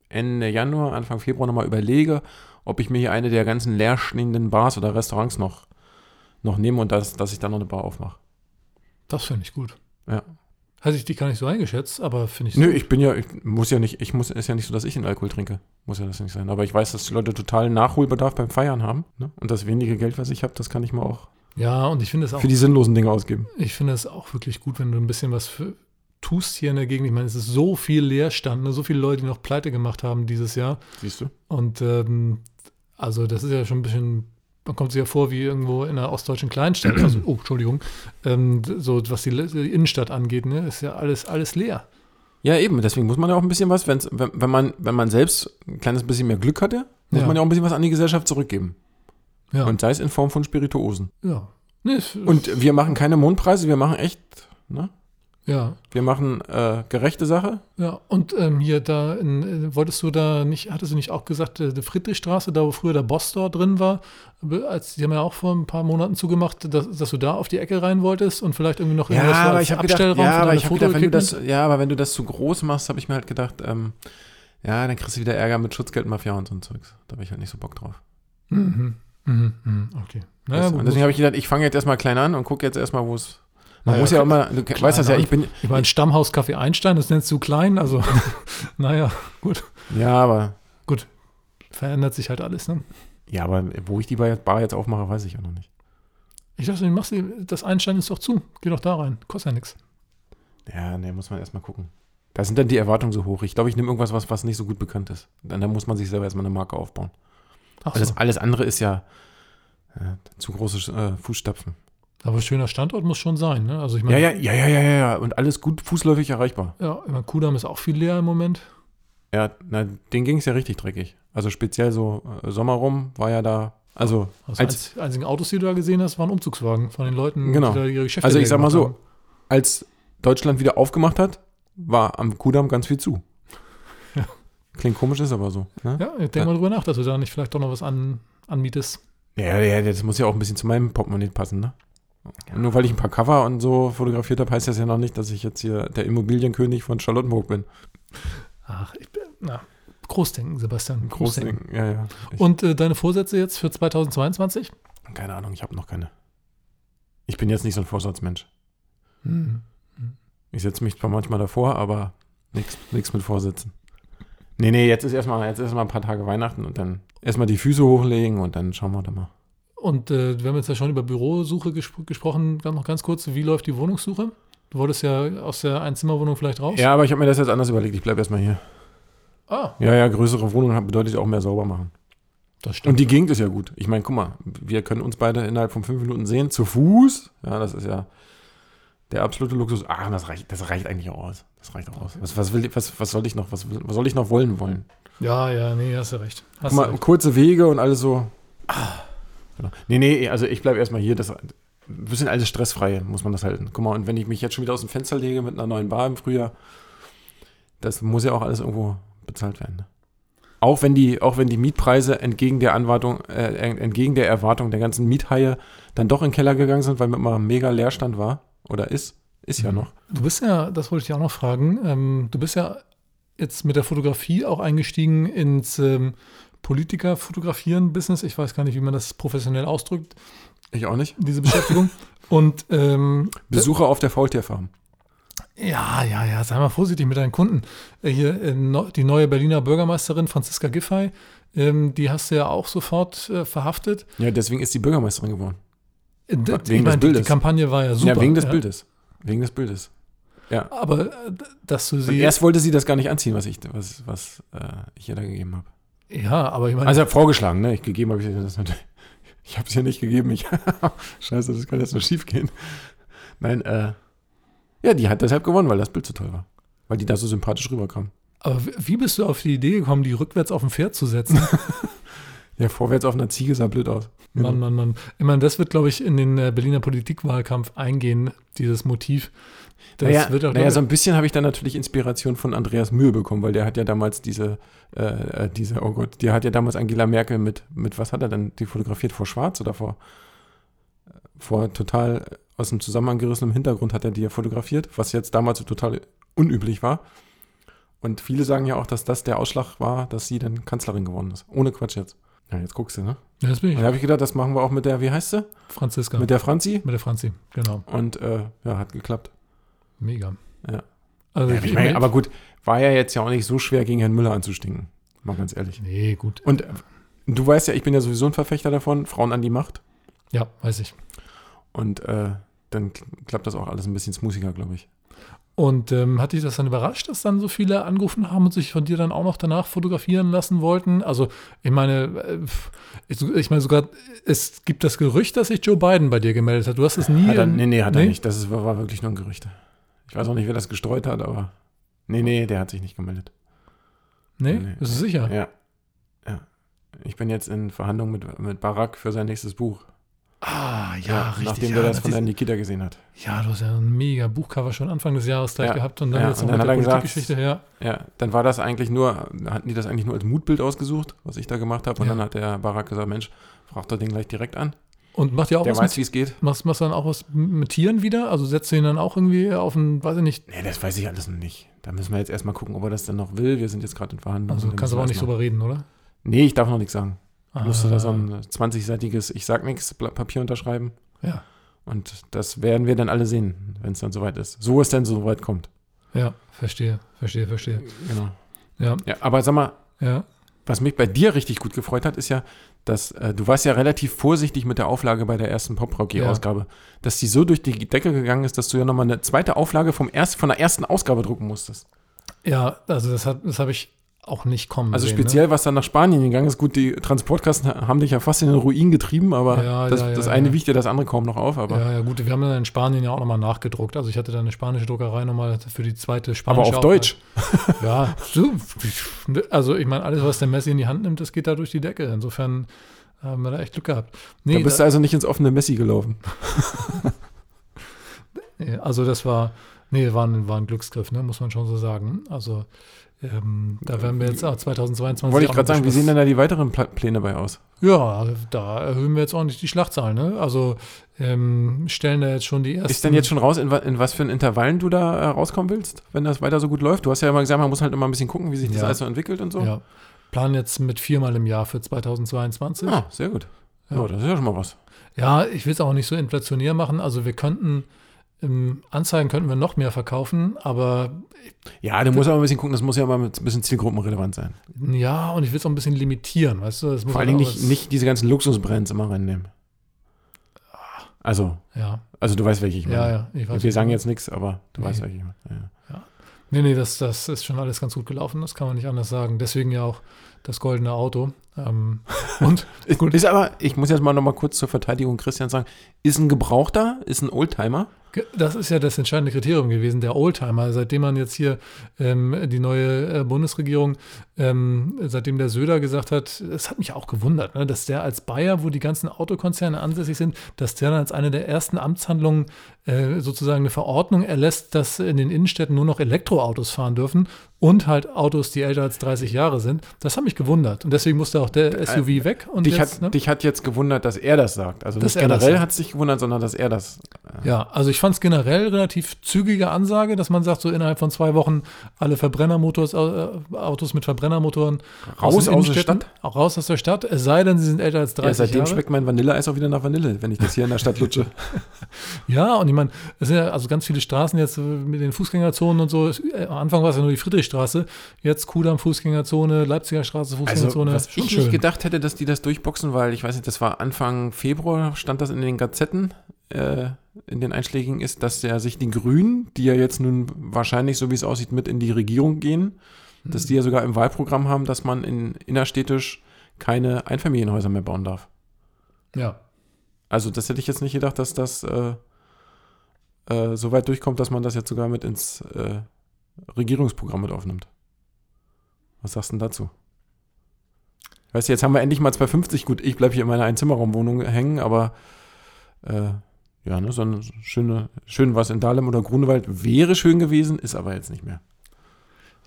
Speaker 2: Ende Januar, Anfang Februar nochmal überlege, ob ich mir hier eine der ganzen leerstehenden Bars oder Restaurants noch noch nehme und das, dass ich dann noch eine Bar aufmache.
Speaker 3: Das finde ich gut.
Speaker 2: Ja.
Speaker 3: Hatte ich die gar nicht so eingeschätzt, aber finde ich
Speaker 2: Nö, ich bin ja, ich muss ja nicht, ich muss, ist ja nicht so, dass ich den Alkohol trinke. Muss ja das nicht sein. Aber ich weiß, dass die Leute total Nachholbedarf beim Feiern haben. Ne? Und das wenige Geld, was ich habe, das kann ich mal auch
Speaker 3: Ja, und ich finde es auch,
Speaker 2: für die sinnlosen Dinge ausgeben.
Speaker 3: ich finde es auch wirklich gut, wenn du ein bisschen was für, tust hier in der Gegend. Ich meine, es ist so viel Leerstand, ne? so viele Leute, die noch pleite gemacht haben dieses Jahr.
Speaker 2: Siehst du?
Speaker 3: Und ähm, also das ist ja schon ein bisschen man kommt sich ja vor wie irgendwo in einer ostdeutschen Kleinstadt, also, oh, Entschuldigung, ähm, so was die, die Innenstadt angeht, ne, ist ja alles, alles leer.
Speaker 2: Ja, eben, deswegen muss man ja auch ein bisschen was, wenn's, wenn, wenn, man, wenn man selbst ein kleines bisschen mehr Glück hatte, muss
Speaker 3: Ja.
Speaker 2: man ja auch ein bisschen was an die Gesellschaft zurückgeben.
Speaker 3: Ja.
Speaker 2: Und sei es in Form von Spirituosen.
Speaker 3: Ja. Nee, es,
Speaker 2: Und wir machen keine Mondpreise, wir machen echt, ne?
Speaker 3: ja.
Speaker 2: Wir machen äh, gerechte Sache.
Speaker 3: Ja, und ähm, hier da, in, äh, wolltest du da nicht, hattest du nicht auch gesagt, äh, die Friedrichstraße, da wo früher der Boss Store drin war, be- als die haben ja auch vor ein paar Monaten zugemacht, dass, dass du da auf die Ecke rein wolltest und vielleicht irgendwie noch irgendwas so als
Speaker 2: hab
Speaker 3: Abstellraum
Speaker 2: ja,
Speaker 3: für
Speaker 2: aber
Speaker 3: deine
Speaker 2: ich hab gedacht, wenn du das,
Speaker 3: Fotoequipment.
Speaker 2: ja, aber wenn du das zu groß machst, habe ich mir halt gedacht, ähm, ja, dann kriegst du wieder Ärger mit Schutzgeldmafia und so ein Zeugs. Da habe ich halt nicht so Bock drauf.
Speaker 3: Mhm. Mhm. Mhm. Okay. Naja,
Speaker 2: Weißt
Speaker 3: gut,
Speaker 2: du? und
Speaker 3: muss-
Speaker 2: deswegen habe ich gedacht, ich fange jetzt erstmal klein an und gucke jetzt erstmal, wo es. Man
Speaker 3: Naja,
Speaker 2: muss ja immer, du
Speaker 3: klein
Speaker 2: weißt das ja, ich bin,
Speaker 3: ich meine, Stammhaus Café Einstein, das nennst du klein, also naja,
Speaker 2: ja, aber
Speaker 3: verändert sich halt alles, ne?
Speaker 2: Ja, aber wo ich die Bar Bar jetzt aufmache, weiß ich ja noch nicht.
Speaker 3: Ich dachte, du machst die, das Einstein ist doch zu, geh doch da rein, kostet ja nichts.
Speaker 2: Ja, ne, muss man erstmal gucken. Da sind dann die Erwartungen so hoch. Ich glaube, ich nehme irgendwas, was, was nicht so gut bekannt ist. Dann, dann muss man sich selber erstmal eine Marke aufbauen.
Speaker 3: Ach so,
Speaker 2: Alles, alles andere ist ja äh, zu große äh, Fußstapfen.
Speaker 3: aber schöner Standort muss schon sein, ne? Also ich meine,
Speaker 2: Ja, ja, ja, ja, ja, ja, ja. Und alles gut fußläufig erreichbar.
Speaker 3: Ja, ich meine, Kudamm ist auch viel leer im Moment.
Speaker 2: Ja, na, denen ging es ja richtig dreckig. Also speziell so äh, Sommer rum war ja da. Also,
Speaker 3: Also
Speaker 2: als,
Speaker 3: die einzigen Autos, die du da gesehen hast, waren Umzugswagen von den Leuten,
Speaker 2: Genau.
Speaker 3: die da ihre Geschäfte
Speaker 2: Also ich
Speaker 3: leer
Speaker 2: sag mal
Speaker 3: gemacht
Speaker 2: als Deutschland wieder aufgemacht hat, war am Kudamm ganz viel zu.
Speaker 3: Ja.
Speaker 2: Klingt komisch, ist aber so. Ne?
Speaker 3: haben. Ja, ich denk mal drüber nach, dass du da nicht vielleicht doch noch was an, anmietest.
Speaker 2: Ja, ja, das muss ja auch ein bisschen zu meinem Portemonnaie passen, ne? Nur weil ich ein paar Cover und so fotografiert habe, heißt das ja noch nicht, dass ich jetzt hier der Immobilienkönig von Charlottenburg bin.
Speaker 3: Ach, ich bin, na, Großdenken, Sebastian.
Speaker 2: Großding. Ja, ja. Ich,
Speaker 3: Und äh, deine Vorsätze jetzt für 2022?
Speaker 2: keine Ahnung, ich habe noch keine. Ich bin jetzt nicht so ein Vorsatzmensch.
Speaker 3: Hm.
Speaker 2: Ich setze mich zwar manchmal davor, aber nichts mit Vorsätzen. Nee, nee, jetzt ist erstmal jetzt erstmal ein paar Tage Weihnachten und dann erstmal die Füße hochlegen und dann schauen wir da mal.
Speaker 3: Und äh, wir haben jetzt ja schon über Bürosuche gespr gesprochen. Ganz, noch ganz kurz, wie läuft die Wohnungssuche? Du wolltest ja aus der Einzimmerwohnung vielleicht raus.
Speaker 2: Ja, aber ich habe mir das jetzt anders überlegt. Ich bleibe erstmal hier.
Speaker 3: Ah,
Speaker 2: Ja, ja, größere Wohnung hat- bedeutet auch mehr sauber machen.
Speaker 3: das stimmt.
Speaker 2: Und die Gegend ist ja gut. Ich meine, guck mal, wir können uns beide innerhalb von fünf Minuten sehen, zu Fuß. Ja, das ist ja der absolute Luxus. Ach, das reicht, das reicht eigentlich auch aus. Das reicht auch aus. Was, was, will, ich- was, was soll ich noch, was, will- was soll ich noch wollen wollen?
Speaker 3: ja, ja, nee, hast du recht. Hast
Speaker 2: Guck
Speaker 3: du
Speaker 2: mal,
Speaker 3: recht.
Speaker 2: kurze Wege und alles so. Genau. Nee, nee, also ich bleibe erstmal hier. Das, ein bisschen alles stressfrei muss man das halten. Guck mal, und wenn ich mich jetzt schon wieder aus dem Fenster lege mit einer neuen Bar im Frühjahr, das muss ja auch alles irgendwo bezahlt werden. Ne? Auch wenn die, auch wenn die Mietpreise entgegen der Anwartung, äh, en- entgegen der Erwartung der ganzen Miethaie dann doch in den Keller gegangen sind, weil mit mal mega Leerstand war oder ist, ist ja
Speaker 3: Mhm.
Speaker 2: noch.
Speaker 3: Du bist ja, das wollte ich dich auch noch fragen, ähm, du bist ja jetzt mit der Fotografie auch eingestiegen ins ähm, Politiker-Fotografieren-Business. Ich weiß gar nicht, wie man das professionell ausdrückt,
Speaker 2: Ich auch nicht.
Speaker 3: diese Beschäftigung. Und ähm,
Speaker 2: Besucher auf der Faultierfarm.
Speaker 3: ja, ja, ja, sei mal vorsichtig mit deinen Kunden. Äh, hier äh, neu- die neue Berliner Bürgermeisterin Franziska Giffey, ähm, die hast du ja auch sofort äh, verhaftet.
Speaker 2: Ja, deswegen ist die Bürgermeisterin geworden.
Speaker 3: Äh, d-
Speaker 2: Wegen
Speaker 3: ich
Speaker 2: des
Speaker 3: meine, die, die
Speaker 2: Bildes.
Speaker 3: Kampagne war ja super.
Speaker 2: ja, wegen des Bildes. Wegen des Bildes.
Speaker 3: Aber äh, d- dass du
Speaker 2: Und
Speaker 3: sie.
Speaker 2: Also erst wollte sie das gar nicht anziehen, was ich, was, was äh, ich ihr da gegeben habe.
Speaker 3: ja, aber ich meine,
Speaker 2: Also vorgeschlagen, ne? Ich gegeben habe ich das natürlich. Ich habe es ihr nicht gegeben. Ich, Scheiße, das kann jetzt nur schief gehen. Nein, äh, ja, die hat deshalb gewonnen, weil das Bild zu toll war. Weil die da so sympathisch rüberkam.
Speaker 3: aber w- wie bist du auf die Idee gekommen, die rückwärts auf ein Pferd zu setzen?
Speaker 2: Ja, vorwärts auf einer Ziege sah blöd aus.
Speaker 3: Mann, Mann, Mann. Ich meine, das wird, glaube ich, in den äh, Berliner Politikwahlkampf eingehen, dieses Motiv. Das
Speaker 2: naja,
Speaker 3: wird auch
Speaker 2: naja,
Speaker 3: glaub
Speaker 2: so ein bisschen habe ich dann natürlich Inspiration von Andreas Mühe bekommen, weil der hat ja damals diese, äh, äh, diese, oh Gott, der hat ja damals Angela Merkel mit, mit was hat er denn, die fotografiert vor Schwarz oder vor, vor total aus dem Zusammenhang gerissenem Hintergrund hat er die ja fotografiert, was jetzt damals so total unüblich war. Und viele sagen ja auch, dass das der Ausschlag war, dass sie dann Kanzlerin geworden ist. Ohne Quatsch jetzt. Ja, jetzt guckst du, ne?
Speaker 3: ich- ja, das bin ich.
Speaker 2: Und da habe ich gedacht, das machen wir auch mit der, wie heißt sie?
Speaker 3: Franziska.
Speaker 2: Mit
Speaker 3: Mit,
Speaker 2: der Franzi.
Speaker 3: der Franzi, genau.
Speaker 2: Und äh, ja, hat geklappt.
Speaker 3: Mega.
Speaker 2: Ja.
Speaker 3: Also,
Speaker 2: Ja, ich meine, aber gut, war ja jetzt ja auch nicht so schwer, gegen Herrn Müller anzustinken. Mal ganz ehrlich.
Speaker 3: Nee, gut.
Speaker 2: Und äh, du weißt ja, ich bin ja sowieso ein Verfechter davon, Frauen an die Macht.
Speaker 3: Ja, weiß ich.
Speaker 2: Und äh, dann kl- klappt das auch alles ein bisschen smoothiger, glaube ich.
Speaker 3: Und ähm, hat dich das dann überrascht, dass dann so viele angerufen haben und sich von dir dann auch noch danach fotografieren lassen wollten? Also, ich meine, äh, pf, ich, ich meine sogar, es gibt das Gerücht, dass sich Joe Biden bei dir gemeldet hat. Du hast es nie.
Speaker 2: Hat er,
Speaker 3: in-
Speaker 2: Ah, nee, nee, hat er nicht. Das ist, war war wirklich nur ein Gerücht. Ich weiß auch nicht, wer das gestreut hat, aber. Nee, nee, der hat sich nicht gemeldet.
Speaker 3: Nee,
Speaker 2: Nee.
Speaker 3: das ist sicher.
Speaker 2: Ja. ja. Ich bin jetzt in Verhandlung mit, mit Barack für sein nächstes Buch.
Speaker 3: Ah, ja,
Speaker 2: Nachdem
Speaker 3: ja,
Speaker 2: der das von
Speaker 3: ist-
Speaker 2: der Nikita gesehen hat.
Speaker 3: ja, du hast ja ein mega Buchcover schon Anfang des Jahres gleich
Speaker 2: Ja,
Speaker 3: gehabt und dann
Speaker 2: ja,
Speaker 3: jetzt
Speaker 2: und
Speaker 3: noch
Speaker 2: dann
Speaker 3: mit der
Speaker 2: hat er gesagt-
Speaker 3: Politikgeschichte her.
Speaker 2: Ja, dann war das eigentlich nur, hatten die das eigentlich nur als Mutbild ausgesucht, was ich da gemacht habe. Und
Speaker 3: Ja.
Speaker 2: dann hat der Barack gesagt, Mensch, fragt doch den gleich direkt an.
Speaker 3: Und macht ja auch
Speaker 2: Der
Speaker 3: was mit
Speaker 2: weiß, wie es geht.
Speaker 3: Machst du dann auch was mit Tieren wieder? Also setzt du ihn dann auch irgendwie auf einen, weiß ich nicht,
Speaker 2: Nee, das weiß ich alles noch nicht. Da müssen wir jetzt erstmal gucken, ob er das dann noch will. Wir sind jetzt gerade in Verhandlungen.
Speaker 3: also
Speaker 2: und dann
Speaker 3: kannst du aber auch
Speaker 2: müssen
Speaker 3: nicht
Speaker 2: wir
Speaker 3: drüber reden, oder?
Speaker 2: erstmal- Nee, ich darf noch nichts sagen.
Speaker 3: Ah,
Speaker 2: musste da so ein 20-seitiges Ich sag nichts Papier unterschreiben.
Speaker 3: Ja.
Speaker 2: Und das werden wir dann alle sehen, wenn es dann soweit ist. So es dann soweit kommt.
Speaker 3: Ah, Ja, verstehe, verstehe, verstehe.
Speaker 2: Genau.
Speaker 3: Ja,
Speaker 2: Ja, aber sag mal,
Speaker 3: ja.
Speaker 2: was mich bei dir richtig gut gefreut hat, ist ja, dass äh, du warst ja relativ vorsichtig mit der Auflage bei der ersten Pop-Rocky-Ausgabe, dass die so durch die Decke gegangen ist, dass du ja nochmal eine zweite Auflage vom erst, von der ersten Ausgabe drucken musstest.
Speaker 3: Ja, also das habe das hab ich auch nicht kommen
Speaker 2: Also
Speaker 3: sehen. ne?
Speaker 2: speziell, was dann nach Spanien gegangen ist, gut, die Transportkasten haben dich ja fast in den Ruin getrieben, aber
Speaker 3: Ja,
Speaker 2: das,
Speaker 3: ja, ja,
Speaker 2: das eine
Speaker 3: ja.
Speaker 2: wiegt ja das andere kaum noch auf, aber,
Speaker 3: Ne? Ja, ja, gut, wir haben dann in Spanien ja auch nochmal nachgedruckt. Also ich hatte dann eine spanische Druckerei nochmal für die zweite
Speaker 2: aber
Speaker 3: spanische
Speaker 2: auf
Speaker 3: Auflage.
Speaker 2: Deutsch.
Speaker 3: Ja, so, also ich meine, alles, was der Messi in die Hand nimmt, das geht da durch die Decke. Insofern äh, haben wir da echt Glück gehabt. Nee, äh,
Speaker 2: da bist du also nicht ins offene Messi gelaufen.
Speaker 3: Nee, Also das war, nee, war ein, war ein Glücksgriff, ne, muss man schon so sagen. Also ähm, da werden wir jetzt auch 2022.
Speaker 2: Wollte
Speaker 3: auch
Speaker 2: ich gerade
Speaker 3: noch
Speaker 2: sagen, wie
Speaker 3: was-
Speaker 2: sehen denn da die weiteren Pla Pläne bei aus?
Speaker 3: Ja, also da erhöhen wir jetzt auch nicht die Schlachtzahl, ne? Also ähm, stellen da jetzt schon die ersten.
Speaker 2: Ist denn jetzt schon raus, in, wa- in was für einen Intervallen du da äh, rauskommen willst, wenn das weiter so gut läuft? Du hast ja immer gesagt, man muss halt immer ein bisschen gucken, wie sich das
Speaker 3: Ja.
Speaker 2: alles so entwickelt und so.
Speaker 3: Ja, planen jetzt mit viermal im Jahr für 2022.
Speaker 2: Ah, sehr gut.
Speaker 3: Ja.
Speaker 2: Ja. das ist ja schon mal was.
Speaker 3: Ja, ich will es auch nicht so inflationär machen. Also wir könnten ähm, Anzeigen könnten wir noch mehr verkaufen, aber
Speaker 2: Ja, du musst aber ein bisschen gucken, das muss ja immer mit ein bisschen zielgruppenrelevant sein.
Speaker 3: ja, und ich will es auch ein bisschen limitieren, weißt du? Das muss
Speaker 2: Vor allen
Speaker 3: man
Speaker 2: Dingen
Speaker 3: auch
Speaker 2: nicht,
Speaker 3: was-
Speaker 2: nicht diese ganzen Luxusbrands immer reinnehmen. Also,
Speaker 3: Ja,
Speaker 2: also du weißt, welche ich meine.
Speaker 3: Ah. ja, ja. Ich weiß
Speaker 2: Wir sagen jetzt nichts, aber du
Speaker 3: Nee.
Speaker 2: weißt, welche ich meine. Ja.
Speaker 3: Nee, nee, das, das ist schon alles ganz gut gelaufen, das kann man nicht anders sagen. Deswegen ja auch das goldene Auto. Ähm, und
Speaker 2: Ist, ist aber, ich muss jetzt mal nochmal kurz zur Verteidigung Christian sagen, ist ein Gebrauchter, ist ein Oldtimer.
Speaker 3: ge- das ist ja das entscheidende Kriterium gewesen, der Oldtimer. Seitdem man jetzt hier ähm, die neue äh, Bundesregierung, ähm, seitdem der Söder gesagt hat, es hat mich auch gewundert, ne, dass der als Bayer, wo die ganzen Autokonzerne ansässig sind, dass der dann als eine der ersten Amtshandlungen äh, sozusagen eine Verordnung erlässt, dass in den Innenstädten nur noch Elektroautos fahren dürfen und halt Autos, die älter als 30 Jahre sind. Das hat mich gewundert. Und deswegen musste auch der SUV weg. Und
Speaker 2: Äh, Dich,
Speaker 3: jetzt,
Speaker 2: hat,
Speaker 3: ne?
Speaker 2: dich hat jetzt gewundert, dass er das sagt. Also
Speaker 3: Dass
Speaker 2: nicht
Speaker 3: er das
Speaker 2: generell
Speaker 3: sagt.
Speaker 2: hat es dich gewundert, sondern dass er das.
Speaker 3: Ja, also ich fand es generell relativ zügige Ansage, dass man sagt, so innerhalb von zwei Wochen alle Verbrennermotors, äh, Autos mit Verbrennermotoren
Speaker 2: Raus
Speaker 3: den
Speaker 2: aus der
Speaker 3: Innenstädten, Auch raus aus der Stadt, es sei denn, sie sind älter als
Speaker 2: Ja,
Speaker 3: 30
Speaker 2: seitdem
Speaker 3: Jahre.
Speaker 2: schmeckt mein Vanilleeis auch wieder nach Vanille, wenn ich das hier in der Stadt lutsche.
Speaker 3: Ja, und ich meine, es sind ja also ganz viele Straßen jetzt äh, mit den Fußgängerzonen und so. Es- äh, Am Anfang war es ja nur die Friedrichstraße, jetzt Kudamm Fußgängerzone, Leipziger Straße Fußgängerzone.
Speaker 2: Also, was
Speaker 3: Also, Schon
Speaker 2: ich nicht gedacht hätte, dass die das durchboxen, weil ich weiß nicht, das war Anfang Februar, stand das in den Gazetten, äh, in den Einschlägigen ist, dass ja sich die Grünen, die ja jetzt nun wahrscheinlich, so wie es aussieht, mit in die Regierung gehen, dass
Speaker 3: Hm.
Speaker 2: die ja sogar im Wahlprogramm haben, dass man in innerstädtisch keine Einfamilienhäuser mehr bauen darf.
Speaker 3: ja.
Speaker 2: Also das hätte ich jetzt nicht gedacht, dass das äh, äh, so weit durchkommt, dass man das jetzt sogar mit ins äh, Regierungsprogramm mit aufnimmt. Was sagst du denn dazu? Weißt du, jetzt haben wir endlich mal 250. Gut, ich bleibe hier in meiner Einzimmerraumwohnung hängen, aber äh, ja, ne, so ein schöne, schön was in Dahlem oder Grunewald wäre schön gewesen, ist aber jetzt nicht mehr.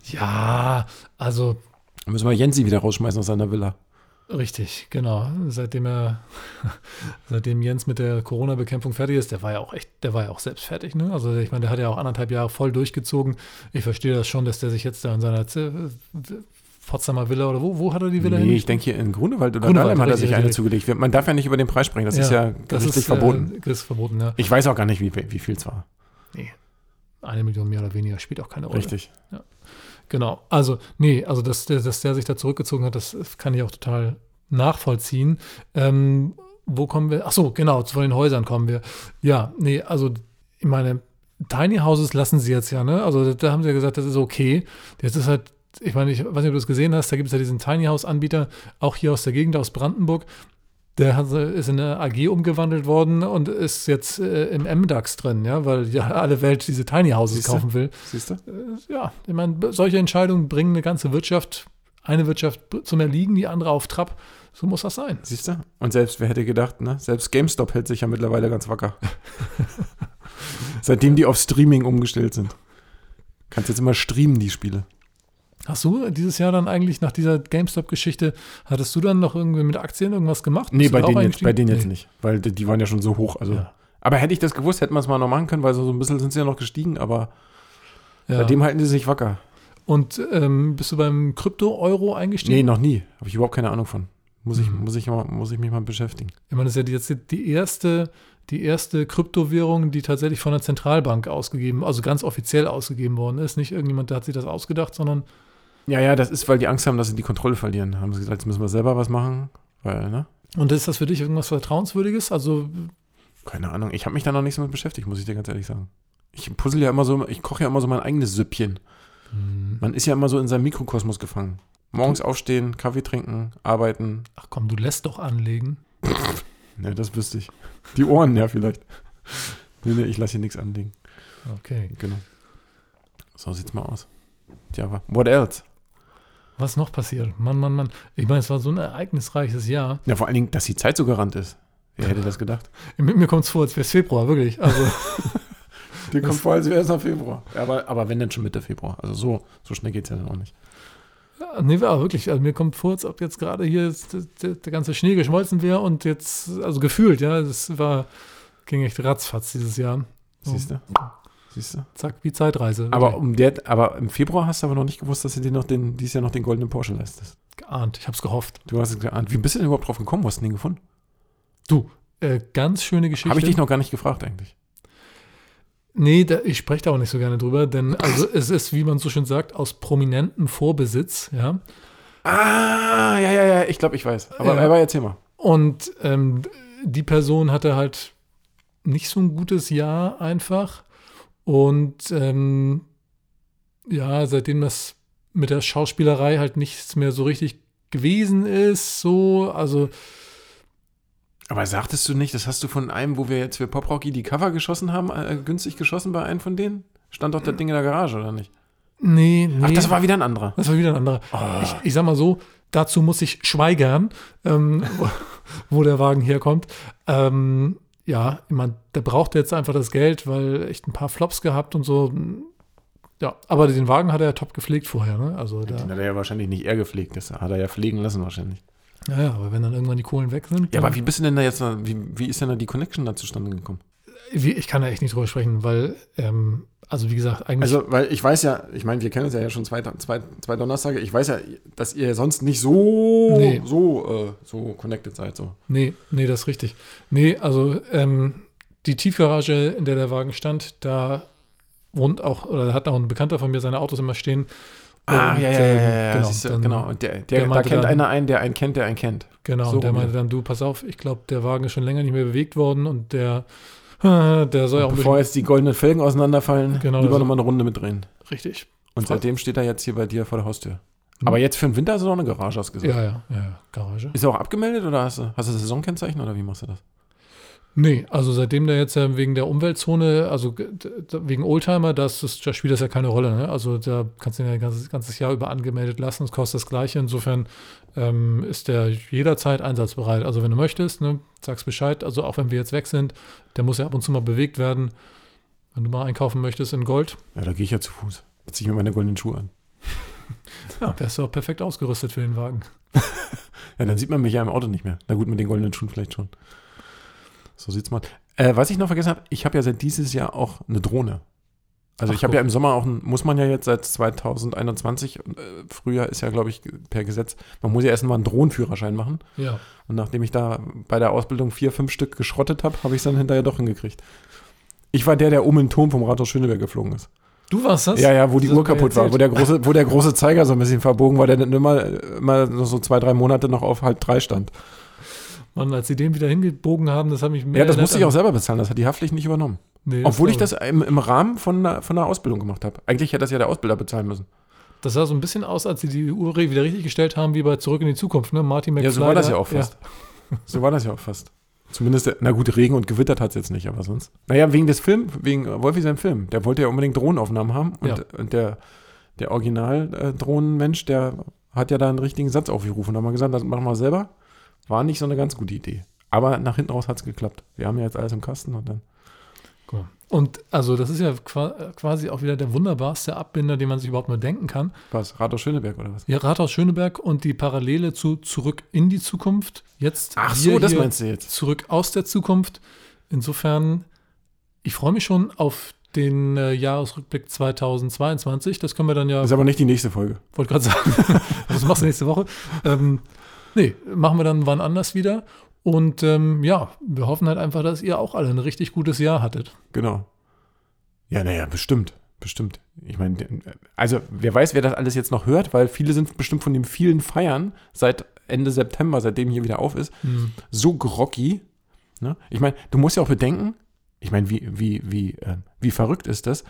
Speaker 3: ja, also
Speaker 2: Dann müssen wir Jensi wieder rausschmeißen aus seiner Villa.
Speaker 3: Richtig, genau. Seitdem er, seitdem Jens mit der Corona-Bekämpfung fertig ist, der war ja auch echt, der war ja auch selbst fertig, ne? Also ich meine, der hat ja auch anderthalb Jahre voll durchgezogen. Ich verstehe das schon, dass der sich jetzt da in seiner Z- Potsdamer Villa oder wo, wo hat er die Villa
Speaker 2: Nee,
Speaker 3: hin?
Speaker 2: ich denke hier in Grunewald oder
Speaker 3: Grunewald,
Speaker 2: Dahlem hat er
Speaker 3: richtig,
Speaker 2: sich eine
Speaker 3: richtig.
Speaker 2: zugelegt. Man darf ja nicht über den Preis sprechen, das ist ja
Speaker 3: das
Speaker 2: gerichtlich
Speaker 3: ist
Speaker 2: verboten.
Speaker 3: Äh, das ist verboten, ja.
Speaker 2: Ich weiß auch gar nicht, wie, wie viel es war.
Speaker 3: Eine Million mehr oder weniger spielt auch keine Rolle.
Speaker 2: Richtig.
Speaker 3: Genau. Also, nee, also dass der, dass der sich da zurückgezogen hat, das kann ich auch total nachvollziehen. Ähm, wo kommen wir? Ach so, genau, zu den Häusern kommen wir. Ja, nee, also ich meine, Tiny Houses lassen sie jetzt ja, ne? Also da haben sie ja gesagt, das ist okay. Jetzt ist halt, ich meine, ich weiß nicht, ob du das gesehen hast, da gibt es ja diesen Tiny House-Anbieter, auch hier aus der Gegend, aus Brandenburg. Der hat, ist in eine AG umgewandelt worden und ist jetzt äh, im MDAX drin, ja, weil ja alle Welt diese Tiny Houses
Speaker 2: Siehste?
Speaker 3: kaufen will.
Speaker 2: Siehst du?
Speaker 3: Äh, Ja, ich meine, b- solche Entscheidungen bringen eine ganze Wirtschaft, eine Wirtschaft b- zum Erliegen, die andere auf Trab. So muss das sein.
Speaker 2: Siehst du? Und selbst, wer hätte gedacht, ne? Selbst GameStop hält sich ja mittlerweile ganz wacker. Seitdem die auf Streaming umgestellt sind. Kannst jetzt immer streamen, die Spiele.
Speaker 3: Hast du dieses Jahr dann eigentlich nach dieser GameStop-Geschichte, hattest du dann noch irgendwie mit Aktien irgendwas gemacht?
Speaker 2: Nee,
Speaker 3: Bist du
Speaker 2: bei
Speaker 3: da auch
Speaker 2: denen, jetzt, bei
Speaker 3: eingestiegen?
Speaker 2: denen jetzt
Speaker 3: Nee.
Speaker 2: nicht. Weil die, die waren ja schon so hoch. Also.
Speaker 3: Ja.
Speaker 2: Aber hätte ich das gewusst, hätten wir es mal noch machen können, weil so so ein bisschen sind sie ja noch gestiegen, aber
Speaker 3: Ja.
Speaker 2: seitdem halten sie sich wacker.
Speaker 3: Und ähm, bist du beim Krypto-Euro
Speaker 2: Nee,
Speaker 3: eingestiegen?
Speaker 2: noch nie. Habe ich überhaupt keine Ahnung von. Muss ich,
Speaker 3: Mhm.
Speaker 2: muss ich, mal, muss ich mich mal beschäftigen.
Speaker 3: Ich meine, das ist ja jetzt die- die erste, die erste Kryptowährung, die tatsächlich von der Zentralbank ausgegeben, also ganz offiziell ausgegeben worden ist. Nicht irgendjemand hat sich das ausgedacht, sondern
Speaker 2: Ja, ja, das ist, weil die Angst haben, dass sie die Kontrolle verlieren. Haben sie gesagt, jetzt müssen wir selber was machen. Weil, ne?
Speaker 3: und ist das für dich irgendwas Vertrauenswürdiges? Also
Speaker 2: Keine Ahnung. Ich habe mich da noch nicht so mit beschäftigt, muss ich dir ganz ehrlich sagen. Ich puzzle ja immer so, ich koche ja immer so mein eigenes Süppchen. Man ist ja immer so in seinem Mikrokosmos gefangen. Morgens aufstehen, Kaffee trinken, arbeiten.
Speaker 3: Ach komm, du lässt doch anlegen.
Speaker 2: Ne, das wüsste ich. Die Ohren, ja, vielleicht. Nee, nee, ich lasse hier nichts anlegen.
Speaker 3: Okay.
Speaker 2: Genau. So sieht's mal aus. Tja, wa- what else?
Speaker 3: Was noch passiert? Mann, Mann, Mann. Ich meine, es war so ein ereignisreiches Jahr.
Speaker 2: Ja, vor allen Dingen, dass die Zeit so gerannt ist. Wer hätte das gedacht?
Speaker 3: Mit mir kommt es vor, als wäre es Februar, wirklich. Also,
Speaker 2: Die kommt vor, als wäre es nach Februar. Aber, aber wenn, dann schon Mitte Februar. Also so, so schnell geht's ja dann auch nicht.
Speaker 3: ja, nee, war wirklich. Also, mir kommt vor, als ob jetzt gerade hier ist, der- der, der ganze Schnee geschmolzen wäre und jetzt, also gefühlt, ja, das war, ging echt ratzfatz dieses Jahr. So,
Speaker 2: Siehst du? Siehst du?
Speaker 3: Zack, wie Zeitreise. wirklich.
Speaker 2: Aber, um der, aber im Februar hast du aber noch nicht gewusst, dass du dir noch den, dieses Jahr noch den goldenen Porsche leistest.
Speaker 3: geahnt, ich hab's gehofft.
Speaker 2: Du hast es geahnt. Wie bist du denn überhaupt drauf gekommen? Wo hast du den gefunden?
Speaker 3: Äh, ganz schöne Geschichte.
Speaker 2: Habe ich dich noch gar nicht gefragt eigentlich.
Speaker 3: Nee, da, ich spreche da auch nicht so gerne drüber, denn also es ist, wie man so schön sagt, aus prominentem Vorbesitz, ja.
Speaker 2: Ah, ja, ja, ja. Ich glaube, ich weiß. Aber,
Speaker 3: Ja.
Speaker 2: aber erzähl mal.
Speaker 3: Und ähm, die Person hatte halt nicht so ein gutes Jahr einfach. Und ähm, ja, seitdem das mit der Schauspielerei halt nichts mehr so richtig gewesen ist, so, also
Speaker 2: Aber sagtest du nicht, das hast du von einem, wo wir jetzt für Pop Rocky die Cover geschossen haben, äh, günstig geschossen bei einem von denen? Stand doch das Ding in der Garage, oder nicht?
Speaker 3: nee, nee.
Speaker 2: Ach, das war wieder ein anderer.
Speaker 3: das war wieder ein anderer.
Speaker 2: Ah.
Speaker 3: Ich, ich sag mal so, dazu muss ich schweigern, ähm, wo, wo der Wagen herkommt. Ähm, ja, ich mein, der braucht jetzt einfach das Geld, weil echt ein paar Flops gehabt und so. Ja, aber den Wagen hat er ja top gepflegt vorher, ne? Also da,
Speaker 2: Den hat er ja genau. wahrscheinlich nicht er gepflegt. Das hat er ja pflegen lassen wahrscheinlich.
Speaker 3: ja, ja, aber wenn dann irgendwann die Kohlen weg sind.
Speaker 2: Ja,
Speaker 3: dann-
Speaker 2: aber wie bist du denn da jetzt, wie, wie ist denn da die Connection da zustande gekommen?
Speaker 3: wie, ich kann da echt nicht drüber sprechen, weil, ähm, also wie gesagt, eigentlich.
Speaker 2: Also, weil ich weiß ja, ich meine, wir kennen uns ja schon zwei, zwei, zwei Donnerstage. Ich weiß ja, dass ihr sonst nicht so,
Speaker 3: Nee.
Speaker 2: so, äh, so connected seid. So.
Speaker 3: Nee, nee, das ist richtig. Nee, also ähm, die Tiefgarage, in der der Wagen stand, da wohnt auch, oder da hat auch ein Bekannter von mir seine Autos immer stehen.
Speaker 2: Ah,
Speaker 3: Und, ähm,
Speaker 2: Genau,
Speaker 3: Genau, dann,
Speaker 2: genau. Und der, der,
Speaker 3: der
Speaker 2: da
Speaker 3: meinte
Speaker 2: kennt
Speaker 3: dann-
Speaker 2: einer einen, der einen kennt, der einen kennt.
Speaker 3: genau
Speaker 2: so
Speaker 3: und der
Speaker 2: rum,
Speaker 3: meinte
Speaker 2: ja.
Speaker 3: dann, du, pass auf, ich glaube, der Wagen ist schon länger nicht mehr bewegt worden und der, der soll ja auch ein
Speaker 2: Bevor jetzt die goldenen Felgen auseinanderfallen,
Speaker 3: Genau,
Speaker 2: lieber
Speaker 3: das-
Speaker 2: nochmal eine Runde mitdrehen.
Speaker 3: bisschen, richtig.
Speaker 2: Und
Speaker 3: Voll.
Speaker 2: seitdem steht er jetzt hier bei dir vor der Haustür.
Speaker 3: Hm.
Speaker 2: Aber jetzt für den Winter ist er noch eine Garage, hast du gesagt.
Speaker 3: Ja, ja, ja, ja, Garage.
Speaker 2: Ist er auch abgemeldet oder hast du, hast du das Saisonkennzeichen oder wie machst du das?
Speaker 3: Nee, also seitdem der jetzt ja wegen der Umweltzone, also g- d- d- wegen Oldtimer, das, ist, da spielt das ja keine Rolle. Ne? Also da kannst du ihn ja ein ganzes, ganzes Jahr über angemeldet lassen, es kostet das Gleiche. Insofern ähm, ist der jederzeit einsatzbereit. Also wenn du möchtest, ne, sagst Bescheid. Also auch wenn wir jetzt weg sind, der muss ja ab und zu mal bewegt werden. Wenn du mal einkaufen möchtest in Gold,
Speaker 2: Ja, da gehe ich ja zu Fuß. Da ziehe ich mir meine goldenen Schuhe an.
Speaker 3: ja. wärst du auch perfekt ausgerüstet für den Wagen.
Speaker 2: Ja, dann sieht man mich ja im Auto nicht mehr. Na gut, mit den goldenen Schuhen vielleicht schon. So sieht's mal. Äh, was ich noch vergessen habe, ich habe ja seit dieses Jahr auch eine Drohne. Also
Speaker 3: Ach,
Speaker 2: ich habe
Speaker 3: guck.
Speaker 2: ja im Sommer auch, ein, muss man ja jetzt seit 2021, und, äh, früher ist ja, glaube ich, per Gesetz, man muss ja erst mal einen Drohnenführerschein machen.
Speaker 3: Ja.
Speaker 2: Und nachdem ich da bei der Ausbildung vier, fünf Stück geschrottet habe, habe ich es dann hinterher doch hingekriegt. Ich war der, der um den Turm vom Rathaus Schöneberg geflogen ist.
Speaker 3: Du warst das?
Speaker 2: Ja, ja, wo die
Speaker 3: Das hast
Speaker 2: Uhr
Speaker 3: du mir
Speaker 2: kaputt war, wo
Speaker 3: erzählt.
Speaker 2: der, große, wo der große Zeiger so ein bisschen verbogen war, der dann immer, immer noch so zwei, drei Monate noch auf halb drei stand.
Speaker 3: Mann, als sie den wieder hingebogen haben, das hat mich
Speaker 2: Ja, das musste ich auch
Speaker 3: sagen.
Speaker 2: selber bezahlen, das hat die Haftpflicht nicht übernommen.
Speaker 3: Nee,
Speaker 2: Obwohl ich
Speaker 3: glaube
Speaker 2: das im, im Rahmen von einer, von einer Ausbildung gemacht habe. Eigentlich hätte das ja der Ausbilder bezahlen müssen.
Speaker 3: Das sah so ein bisschen aus, als sie die Uhr wieder richtig gestellt haben, wie bei Zurück in die Zukunft, ne? Martin McFly.
Speaker 2: Ja, so war das ja auch
Speaker 3: da-
Speaker 2: fast. So war das ja auch fast. Zumindest, der- na gut, Regen und Gewitter hat es jetzt nicht, aber sonst. Naja, wegen des Films, wegen Wolfi seinem Film. Der wollte ja unbedingt Drohnenaufnahmen haben. Und,
Speaker 3: Ja.
Speaker 2: und der, der Original-Drohnenmensch, der hat ja da einen richtigen Satz aufgerufen. Da haben wir gesagt, das machen wir selber. War nicht so eine ganz gute Idee. Aber nach hinten raus hat es geklappt. Wir haben ja jetzt alles im Kasten und dann.
Speaker 3: Guck mal. Und also das ist ja qua- quasi auch wieder der wunderbarste Abbinder, den man sich überhaupt nur denken kann.
Speaker 2: Was? Radar Schöneberg oder was?
Speaker 3: Ja, Rathaus Schöneberg und die Parallele zu Zurück in die Zukunft. Jetzt
Speaker 2: Ach
Speaker 3: wir
Speaker 2: so, das
Speaker 3: hier
Speaker 2: meinst du jetzt.
Speaker 3: Zurück aus der Zukunft. Insofern, ich freue mich schon auf den äh, Jahresrückblick 2022. Das können wir dann ja,
Speaker 2: Das ist aber nicht die nächste Folge.
Speaker 3: wollte gerade sagen, das machst du nächste Woche. Ähm, nee, machen wir dann wann anders wieder. Und ähm, ja, wir hoffen halt einfach, dass ihr auch alle ein richtig gutes Jahr hattet.
Speaker 2: Genau. Ja, naja, bestimmt. Bestimmt. Ich meine, also wer weiß, wer das alles jetzt noch hört, weil viele sind bestimmt von den vielen Feiern seit Ende September, seitdem hier wieder auf ist, so groggy. Ne? Ich meine, du musst ja auch bedenken, ich meine, wie, wie, wie, äh, wie verrückt ist das,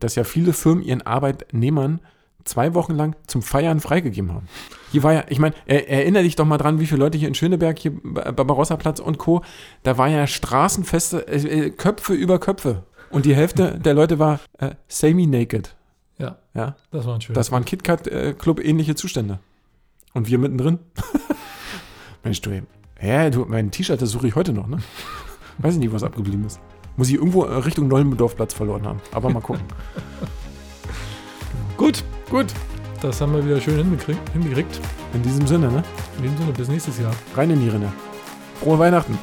Speaker 2: dass ja viele Firmen ihren Arbeitnehmern zwei Wochen lang zum Feiern freigegeben haben. Hier war ja, ich meine, er, erinnere dich doch mal dran, wie viele Leute hier in Schöneberg, hier bei Barossa-Platz und Co., da war ja Straßenfeste, äh, äh, Köpfe über Köpfe. Und die Hälfte der Leute war äh, semi-naked.
Speaker 3: Ja,
Speaker 2: Ja,
Speaker 3: das war ein schönes.
Speaker 2: das waren KitKat-Club-ähnliche Zustände. Und wir mittendrin. Mensch, du, ey. ja, du, mein T-Shirt, das suche ich heute noch, ne? Weiß ich nicht, was abgeblieben ist. Muss ich irgendwo äh, Richtung Neulendorfplatz verloren haben. Aber mal gucken.
Speaker 3: Gut,
Speaker 2: Gut,
Speaker 3: das haben wir wieder schön hingekriegt. hingekriegt.
Speaker 2: in diesem Sinne, ne?
Speaker 3: In dem Sinne, bis nächstes Jahr.
Speaker 2: Rein in die Rinne. Frohe Weihnachten.